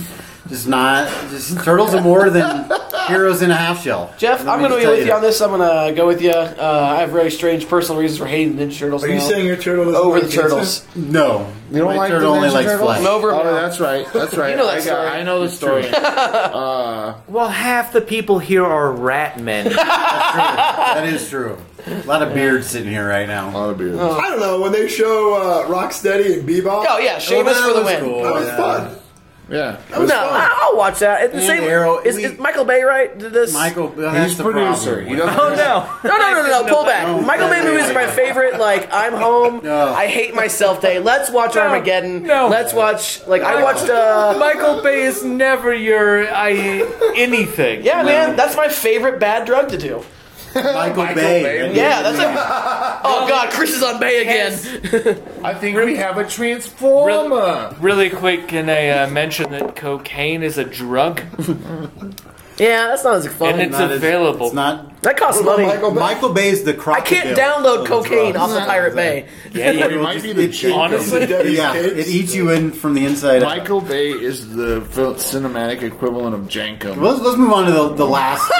just not. Just turtles are more than heroes in a half shell. Jeff, Let I'm me just going to be tell with you on this. I'm going to go with you. Uh, I have very strange personal reasons for hating the Ninja Turtles. Are you now. saying your turtle doesn't over like the pizza? Turtles? No, You don't my like turtle the only Ninja likes Turtles? flesh. No. Over Oh, now. that's right. That's right. You know that I, story. I know the story. Uh, well, half the people here are rat men. that is true. A lot of beards sitting here right now. Oh, dude. I don't know when they show uh, Rocksteady and Bebop. Oh, yeah, Well, Sheamus that for the was win. cool, that was yeah. fun. Yeah, That was No, fun. I- I'll watch that. It's the And same. Arrow- is, we- is Michael Bay right? Did this? Michael, that's he's the producer. problem. He doesn't. Oh no! No, no, no, no, no, pull back. Michael Bay movies are my favorite. Like, I'm home. No. I hate myself day. Let's watch No, Armageddon. no. Let's watch, like, I watched, uh, Michael Bay is never your I anything. yeah, man, that's my favorite bad drug to do. Michael, Michael Bay. Bay. Yeah, that's a. Oh, God, Chris is on Bay again. I think we have a transformer. Really quick, can I uh, mention that cocaine is a drug Yeah, that's not as fun. and it's Not as- available? It's not. that costs What about money. Oh, Michael Bay? Michael Bay is the I crocodile. can't download of cocaine drugs. off of Pirate Bay. yeah, Or he yeah. might be the It- Jacob. Honestly, Debbie's Yeah, Cakes? it eats you in from the inside. out. Michael Bay is the fil- cinematic equivalent of Jankum. Let's, let's move on to the, the last.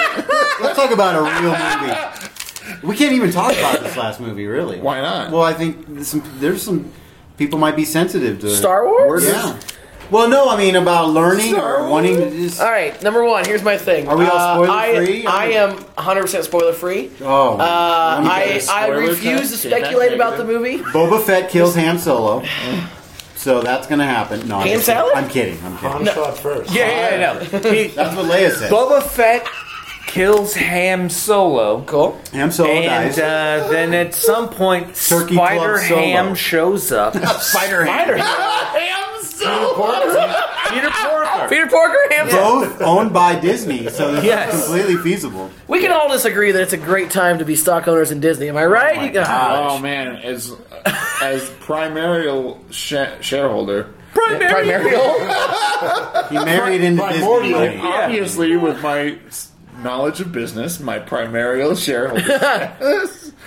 let's talk about a real movie. We can't even talk about this last movie, really. Why not? Well, I think there's some, there's some people might be sensitive to Star Wars? Yeah. Well, no, I mean about learning Star or wanting to just. All right, number one. Here's my thing. Are we all Uh, spoiler-free? I, I am 100 percent spoiler free. Oh, uh, I, Okay, I spoiler refuse cast. to Okay, that's speculate about the negative. movie. Boba Fett kills Han Solo, so that's gonna happen. No, I'm Ham just- salad? I'm kidding. I'm kidding. Han shot first. yeah, yeah, yeah, no. He, That's what Leia said. Boba Fett kills Ham Solo, Cool. Han Solo and dies. uh, then at some point, Turkey Club Spider Solo. Ham shows up. Spider Ham. Peter Porker. Peter Parker, Ham. Both owned by Disney, so this Yes. is completely feasible. We can all disagree that it's a great time to be stock owners in Disney. Am I right? Uh, You- Oh man, as as primary sh- shareholder, Primary. He married into Disney. primordial, money. obviously with my s- knowledge of business, my primary shareholder.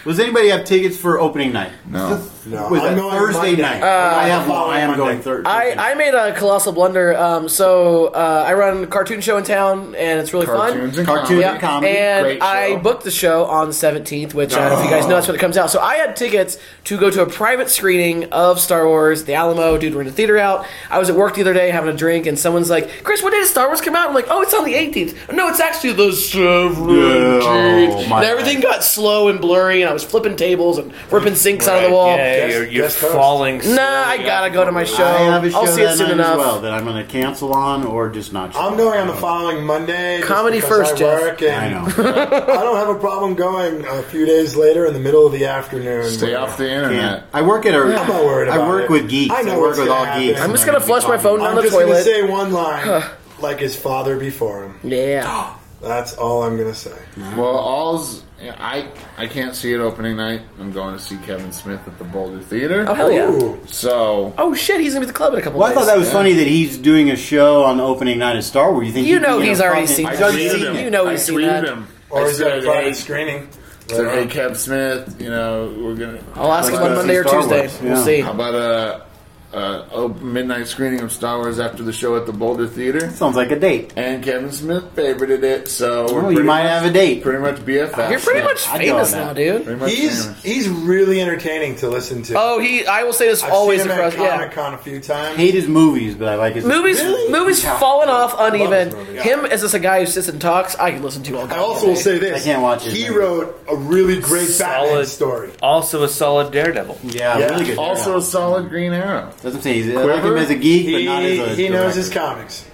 Does anybody have tickets for opening night? no, No, Was that I'm going Thursday Monday. night? I have. I am going Monday. Thursday. I, I made a colossal blunder. Um, so uh, I run a cartoon show in town, and it's really cartoons fun. and Cartoons comedy. and comedy. and Great I show. booked the show on the 17th, which I don't know if you guys know that's when it comes out. So I had tickets to go to a private screening of Star Wars, The Alamo. Dude, we're in the theater out. I was at work the other day having a drink, and someone's like, Chris, what day does Star Wars come out? I'm like, oh, it's on the 18th. No, it's actually the 17th. Yeah, oh my and everything got slow and blurry, and I was flipping tables and ripping sinks out of Right, the wall. Yeah, you're, you're guest host. falling. Nah, I gotta go to my show. I have a show I'll see it that soon night enough. as well that I'm going to cancel on or just not. show. I'm going on the following Monday. just Comedy because first, I Jeff. work and I know. I don't have a problem going a few days later in the middle of the afternoon. Stay off the internet. Can't. I work at a. I'm not worried I about work it. with geeks. I know work what's with gonna all happen. geeks. I'm and just they're gonna flush be my talking phone about down I'm the just going to toilet. say one line, like his father before him. Yeah. That's all I'm going to say. Well, all's I I can't see it opening night. I'm going to see Kevin Smith at the Boulder Theater. Oh, hell yeah. Ooh, So Oh, shit, he's gonna be at the club in a couple Well, I days. thought that was funny that he's doing a show on opening night at Star Wars. You think You he'd be know in a he's already fucking- seen I He's already tweeted seen him. it. You know I he's seen tweeted that. him. or I is that said, a private hey, screening? said, hey, Kev Smith, you know we're gonna. I'll ask him Let's on go Monday see or Star Tuesday. Wars. We'll Yeah. see. How about a, a op- midnight screening of Star Wars after the show at the Boulder Theater? Sounds like a date. And Kevin Smith favorited it, so we're Well, you pretty might much- have a date. Pretty much BFF. You're pretty much I'd go famous on that. now, dude. Pretty much He's famous. he's really entertaining to listen to. Oh, he. I will say this I've always seen him across. at Comic Yeah. Con a few times. Hate his movies, but I like his Movies, movies Yeah. fallen off uneven. his movies. Him as just a guy who sits and talks, I can listen to all. I day. also will say this: I can't watch his He movie. wrote a really great Batman Solid. story. Also a solid Daredevil. Yeah, Yeah. really good. also a Yeah. solid Green Arrow. doesn't say he's I like him as a geek, but He, not as a. he knows his director. comics.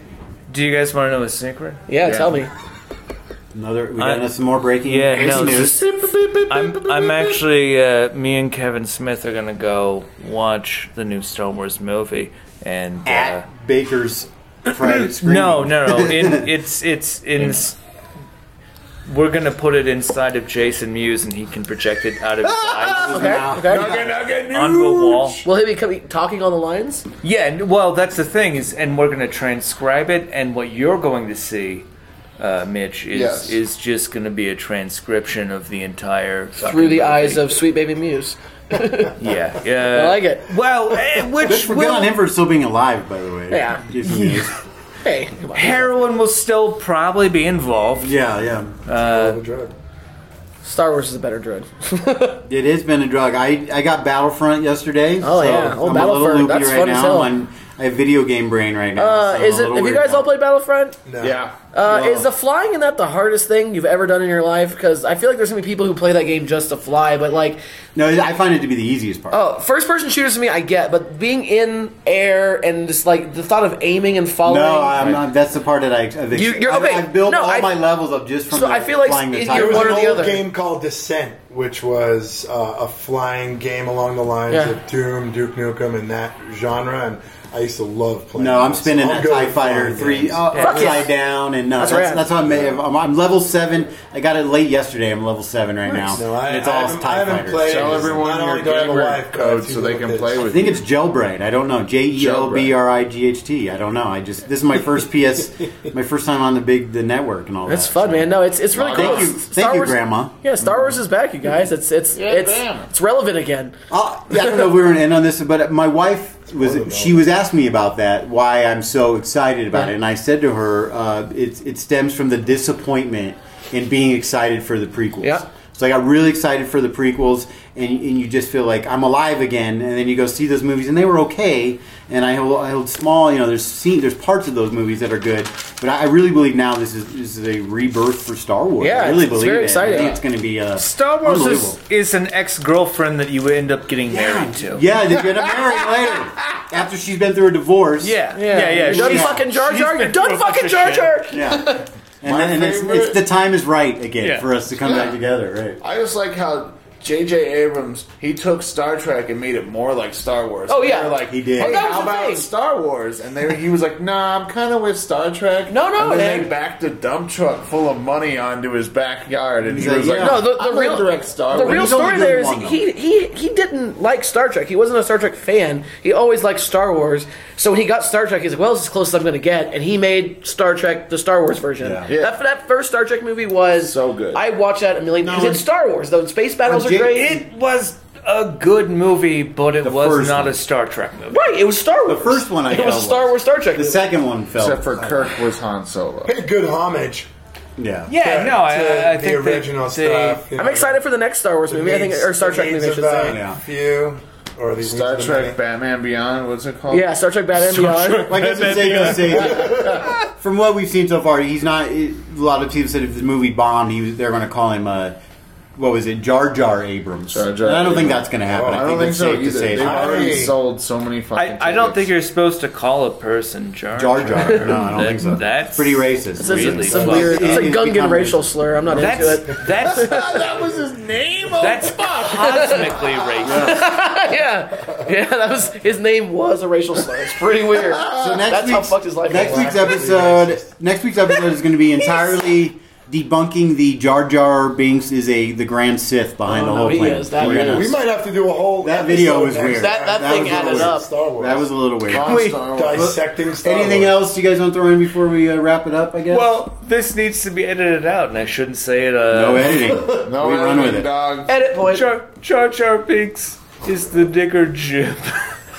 Do you guys want to know a secret? yeah, Yeah. tell me. Another. We I- got into some more breaking Uh, Yeah, breaking no, news. I'm, I'm actually, uh, me and Kevin Smith are gonna go watch the new Star Wars movie, and uh, At Baker's private screen. no, no, no, in, it's it's in. s- We're gonna put it inside of Jason Muse, and he can project it out of his eyes Now, Okay. onto a wall. Will he be coming, talking on the lines? Yeah, and- well, that's the thing is, and we're gonna transcribe it, and what you're going to see. Uh, Mitch is Yes. is just going to be a transcription of the entire Through the eyes of Sweet Baby Muse. yeah yeah I like it. well eh, Good which for will John him for still being alive, by the way. Yeah. Gives me news. Hey, come on. heroin will still probably be involved. yeah, yeah. Love a drug. Star Wars is a better drug. It has been a drug. I I got Battlefront yesterday. so Oh, yeah. Oh, I'm a Battlefront. little loopy That's right fun as now. hell. I'm, I have video game brain right now. Uh, so is I'm a it? little Have you weird guys now. all played Battlefront? No. Yeah. Uh, is the flying in that the hardest thing you've ever done in your life? Because I feel like there's gonna be people who play that game just to fly, but like, No, I find it to be the easiest part. oh, first person shooters to me, I get, but being in air and just like the thought of aiming and following. No, I'm not. That's the part that I. I've, You- you're- I've- okay, I've built no, all I- my levels up just from. So the I feel like flying the it- tiger. There was One or an the old other. game called Descent, which was uh, a flying game along the lines Yeah. of Doom, Duke Nukem, and that genre. And I used to love playing. No, I'm those. spinning that good Tie with Fighter flying three games. uh, Fuck upside yes. down, and no, That's that's that's, rad. what I'm, I'm. I'm level seven. I got it late yesterday. I'm level seven right now. No, I- and it's I all haven't- I Tie haven't Fighters. played- Tell Not everyone only your do I have a gamer wife, but I have code two so they little can kids. play I with think you. it's Jailbright. I don't know. J e l b r i g h t. I don't know. I just this is my first PS, my first time on the big the network and all That's that. fun, man. No, it's it's really Thank cool. you- It's- thank Star you, Wars- Grandma. Yeah, Star Wars is back, you guys. It's it's it's damn. it's relevant again. Uh, yeah, I don't know if we were going to end on this, but my wife was she was asking me about that, why I'm so excited about it, and I said to her, uh, it it stems from the disappointment in being excited for the prequels. Yeah. So I got really excited for the prequels, and, and you just feel like I'm alive again. And then you go see those movies, and they were okay. And I hold, I hold small, you know. There's scene, there's parts of those movies that are good, but I, I really believe now this is this is a rebirth for Star Wars. Yeah, I really it's- it's believe very it. exciting. I think it's going to be uh, Star Wars unbelievable. is, is an ex girlfriend that you end up getting married to. Yeah, they're gonna marry later after she's been through a divorce. Yeah, yeah, yeah. You're done she's- fucking Jar she's Jar. been You're done through a bunch fucking of Jar shit. Jar. yeah. And, then, and it's, favorite- it's the time is right again Yeah. for us to come Yeah. back together, right? I just like how J.J. Abrams, he took Star Trek and made it more like Star Wars. Oh, They yeah. were like He did. Hey, Well, that was how the about thing. Star Wars? And they, he was like, Nah, I'm kind of with Star Trek. No, no, And then they man. backed a dump truck full of money onto his backyard, and He's he was like, like, "Yeah." No, the, the I'm real gonna direct Star The Wars. real He's only story doing there is one, though. he, he he didn't like Star Trek. He wasn't a Star Trek fan. He always liked Star Wars. So when he got Star Trek, he's like, "Well, this is as close as I'm going to get." And he made Star Trek the Star Wars version. Yeah. Yeah. That, that first Star Trek movie was So good. I watched that a million. No, because it's and- Star Wars though. Space battles are Jake- great. It was a good movie, but it The was first not one. a Star Trek movie. right, it was Star The Wars. first one I it was a held Star Wars Star Trek. The movie. second one fell. Except for Kirk was Han Solo. Pay good homage. Yeah. Yeah, to- no, I, to I- I the think that original they- stuff. you I'm know, excited for the next Star Wars the movie. I think needs- or Star the Trek movie. needs I of should that say. Yeah. Few or the Star needs of the Trek, many. Batman Beyond, what's it called? Yeah, Star Trek Batman Beyond. Like I said, they gonna say, from what we've seen so far, he's not. A lot of people said if the movie bombed, he was, they're going to call him uh what was it, Jar Jar Abrams. Jar Jar And I don't think Abrams. Oh, that's going to happen. I, I, don't think think it's so safe either. to say They've it's not. already Hey. sold so many fucking. I, I don't think tickets. you're supposed to call a person Jar Jar Jar. No, I don't That- think so. That's Pretty racist. It's, Really it's a fucked. weird. It's a It's Gungan become- racial slur. I'm not That's into it. that's that was his name. Oh, that's cosmically racist. yeah, yeah. That was his name was a racial slur. It's pretty weird. So next That's how week's, fucked his life next was. week's episode. next week's episode is going to be entirely debunking the Jar Jar Binks is a the Grand Sith behind Oh, the no, whole he plan. is. That We're gonna- is. We might have to do a whole. That video episode was next weird. That- that time. thing was a added little up. Star Wars. that was a little weird. Wait, Star Wars. dissecting Star Anything Wars. else you guys want to throw in before we uh, wrap it up? I guess. Well, this needs to be edited out, and I shouldn't say it. Uh, no editing. No, we run with it. Oh, dog. Edit point. Jar Jar Jar Binks is the digger Jew. of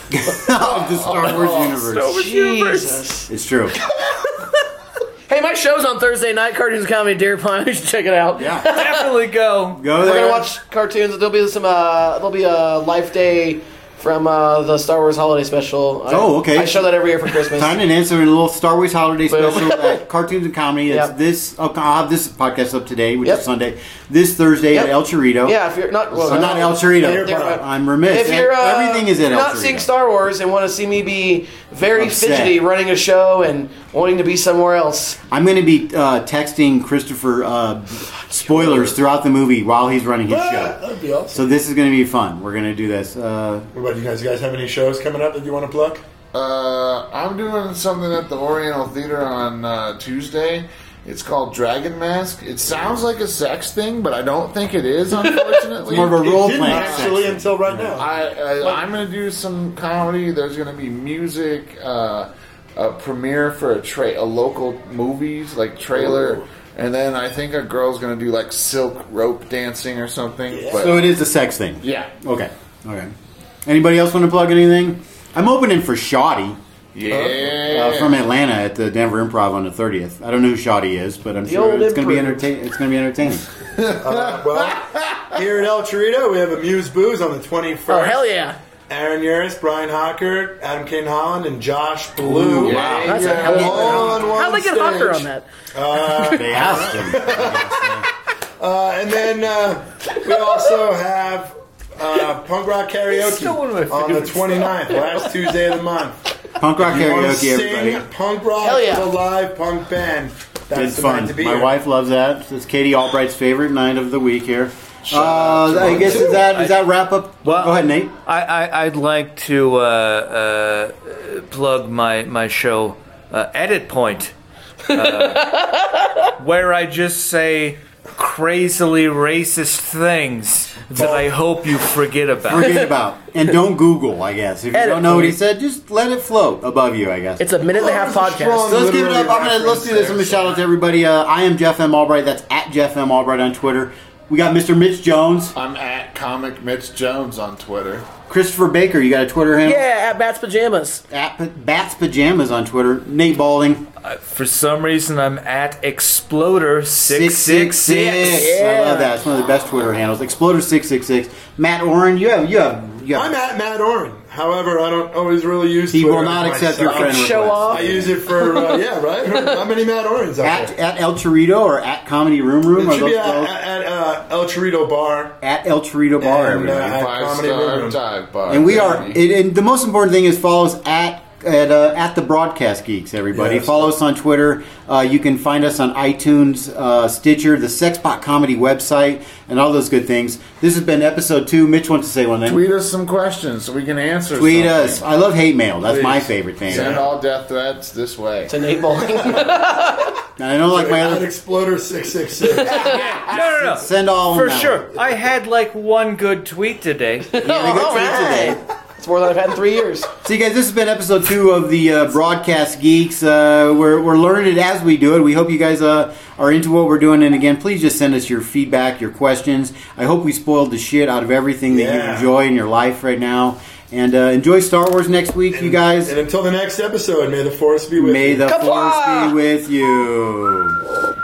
the Star Oh, Wars universe. Jesus. It's true. Hey, my show's on Thursday night. Cartoons and Comedy Deer Pond. You should check it out. Yeah. Definitely go. Go We're there. gonna watch cartoons. There'll be some. Uh, there'll be a Life Day from uh, the Star Wars Holiday Special. I- Oh, okay. I show that every year for Christmas. Time and answer a little Star Wars holiday Boom. special at Cartoons and Comedy. It's Yep. this. uh, I'll have this podcast up today, which Yep. is Sunday. This Thursday Yep. at El Chorito. Yeah, if you're not, well, So not El Chorito. Deer Pond. I'm remiss. If you're uh, Everything is if at you're El not Chorito. seeing Star Wars and want to see me be very Upset. fidgety running a show and wanting to be somewhere else, I'm going to be uh, texting Christopher uh, spoilers throughout the movie while he's running his Ah, show. That'd be awesome. So this is going to be fun. We're going to do this. Uh, What about you guys? You guys have any shows coming up that you want to plug? Uh, I'm doing something at the Oriental Theater on uh, Tuesday. It's called Dragon Mask. It sounds like a sex thing, but I don't think it is. Unfortunately, more of a role Didn't playing. actually section. until right now. I, I I'm gonna do some comedy. There's gonna be music, uh, a premiere for a tra- a local movies like trailer, and then I think a girl's gonna do like silk rope dancing or something. But So it is a sex thing. yeah, Okay. Okay. Anybody else want to plug anything? I'm opening for Shoddy yeah. uh, from Atlanta at the Denver Improv on the 30th. I don't know who Shoddy is, but I'm sure old it's going to be improv. entertain. It's going to be entertaining. Uh, well, here at El Chorito, we have Amuse Booze on the 21st. oh hell yeah! Aaron Uris, Brian Hocker, Adam Kane Holland, and Josh Blue. Ooh, wow. That's a hell of a- All on one How'd they get stage. Hawker on that? they asked him. Uh, and then uh, we also have uh, punk rock karaoke still one of my on the favorites. 29th, last Tuesday of the month. Punk rock You wanna karaoke, sing everybody. punk rock Hell yeah. with a live punk band. That's It's the fun. night to be My here. wife loves that. It's Katie Albright's favorite night of the week here. Uh, I guess is that does that wrap up? Well- Go ahead, Nate. I, I I'd like to uh, uh, plug my my show uh, Edit Point, uh, where I just say crazily racist things that I hope you forget about. Forget about and don't Google. I guess if you Edit, don't know what he please. said, just let it float above you. I guess It's a minute and a half podcast. So let's give it up. I'm gonna, let's do this. I'm gonna Reference shout out to everybody. Uh, I am Jeff M. Albright. That's at Jeff M. Albright on Twitter. We got Mr. Mitch Jones, I'm at comic Mitch Jones on Twitter. Christopher Baker. You got a Twitter handle? Yeah, at Bats Pajamas. At P- Bats Pajamas on Twitter. Nate Balding. For some reason, I'm at Exploder six six six. I love that. It's one of the best Twitter handles. Exploder six six six. Matt Oren. You have you have you have. I'm at Matt Oren. However, I don't always really use. he Twitter will not myself. accept your friend request. Show off. I use it for uh, yeah, right. How many Matt Orens out At, there? at El Chorito or at Comedy Room Room It or should those be at, both? at, uh, El Chorito Bar. at El Chorito Bar. And, uh, everybody. At Five Comedy star Room. dive bar. And we are, baby. it, and the most important thing is follow us at uh, at, uh, at the Broadcast Geeks, everybody. Yes. Follow us on Twitter. Uh, you can find us on iTunes, uh, Stitcher, the Sexpot Comedy website, and all those good things. This has been episode two. Mitch wants to say one thing. Tweet us some questions so we can answer. Tweet something. us. I love hate mail. That's my Please. favorite thing. Send all death threats this way. It's an eight bowling. And I don't like my At other. Exploder six six six. No, no, no. Send all of For them out. sure. I had like one good tweet today. all right. It's more than I've had in three years. So, you guys, this has been episode two of the uh, Broadcast Geeks. Uh, we're, we're learning it as we do it. We hope you guys uh, are into what we're doing. And again, please just send us your feedback, your questions. I hope we spoiled the shit out of everything that you Yeah. enjoy in your life right now. And uh, enjoy Star Wars next week, you guys. And until the next episode, may the force be with you. May the force be with you.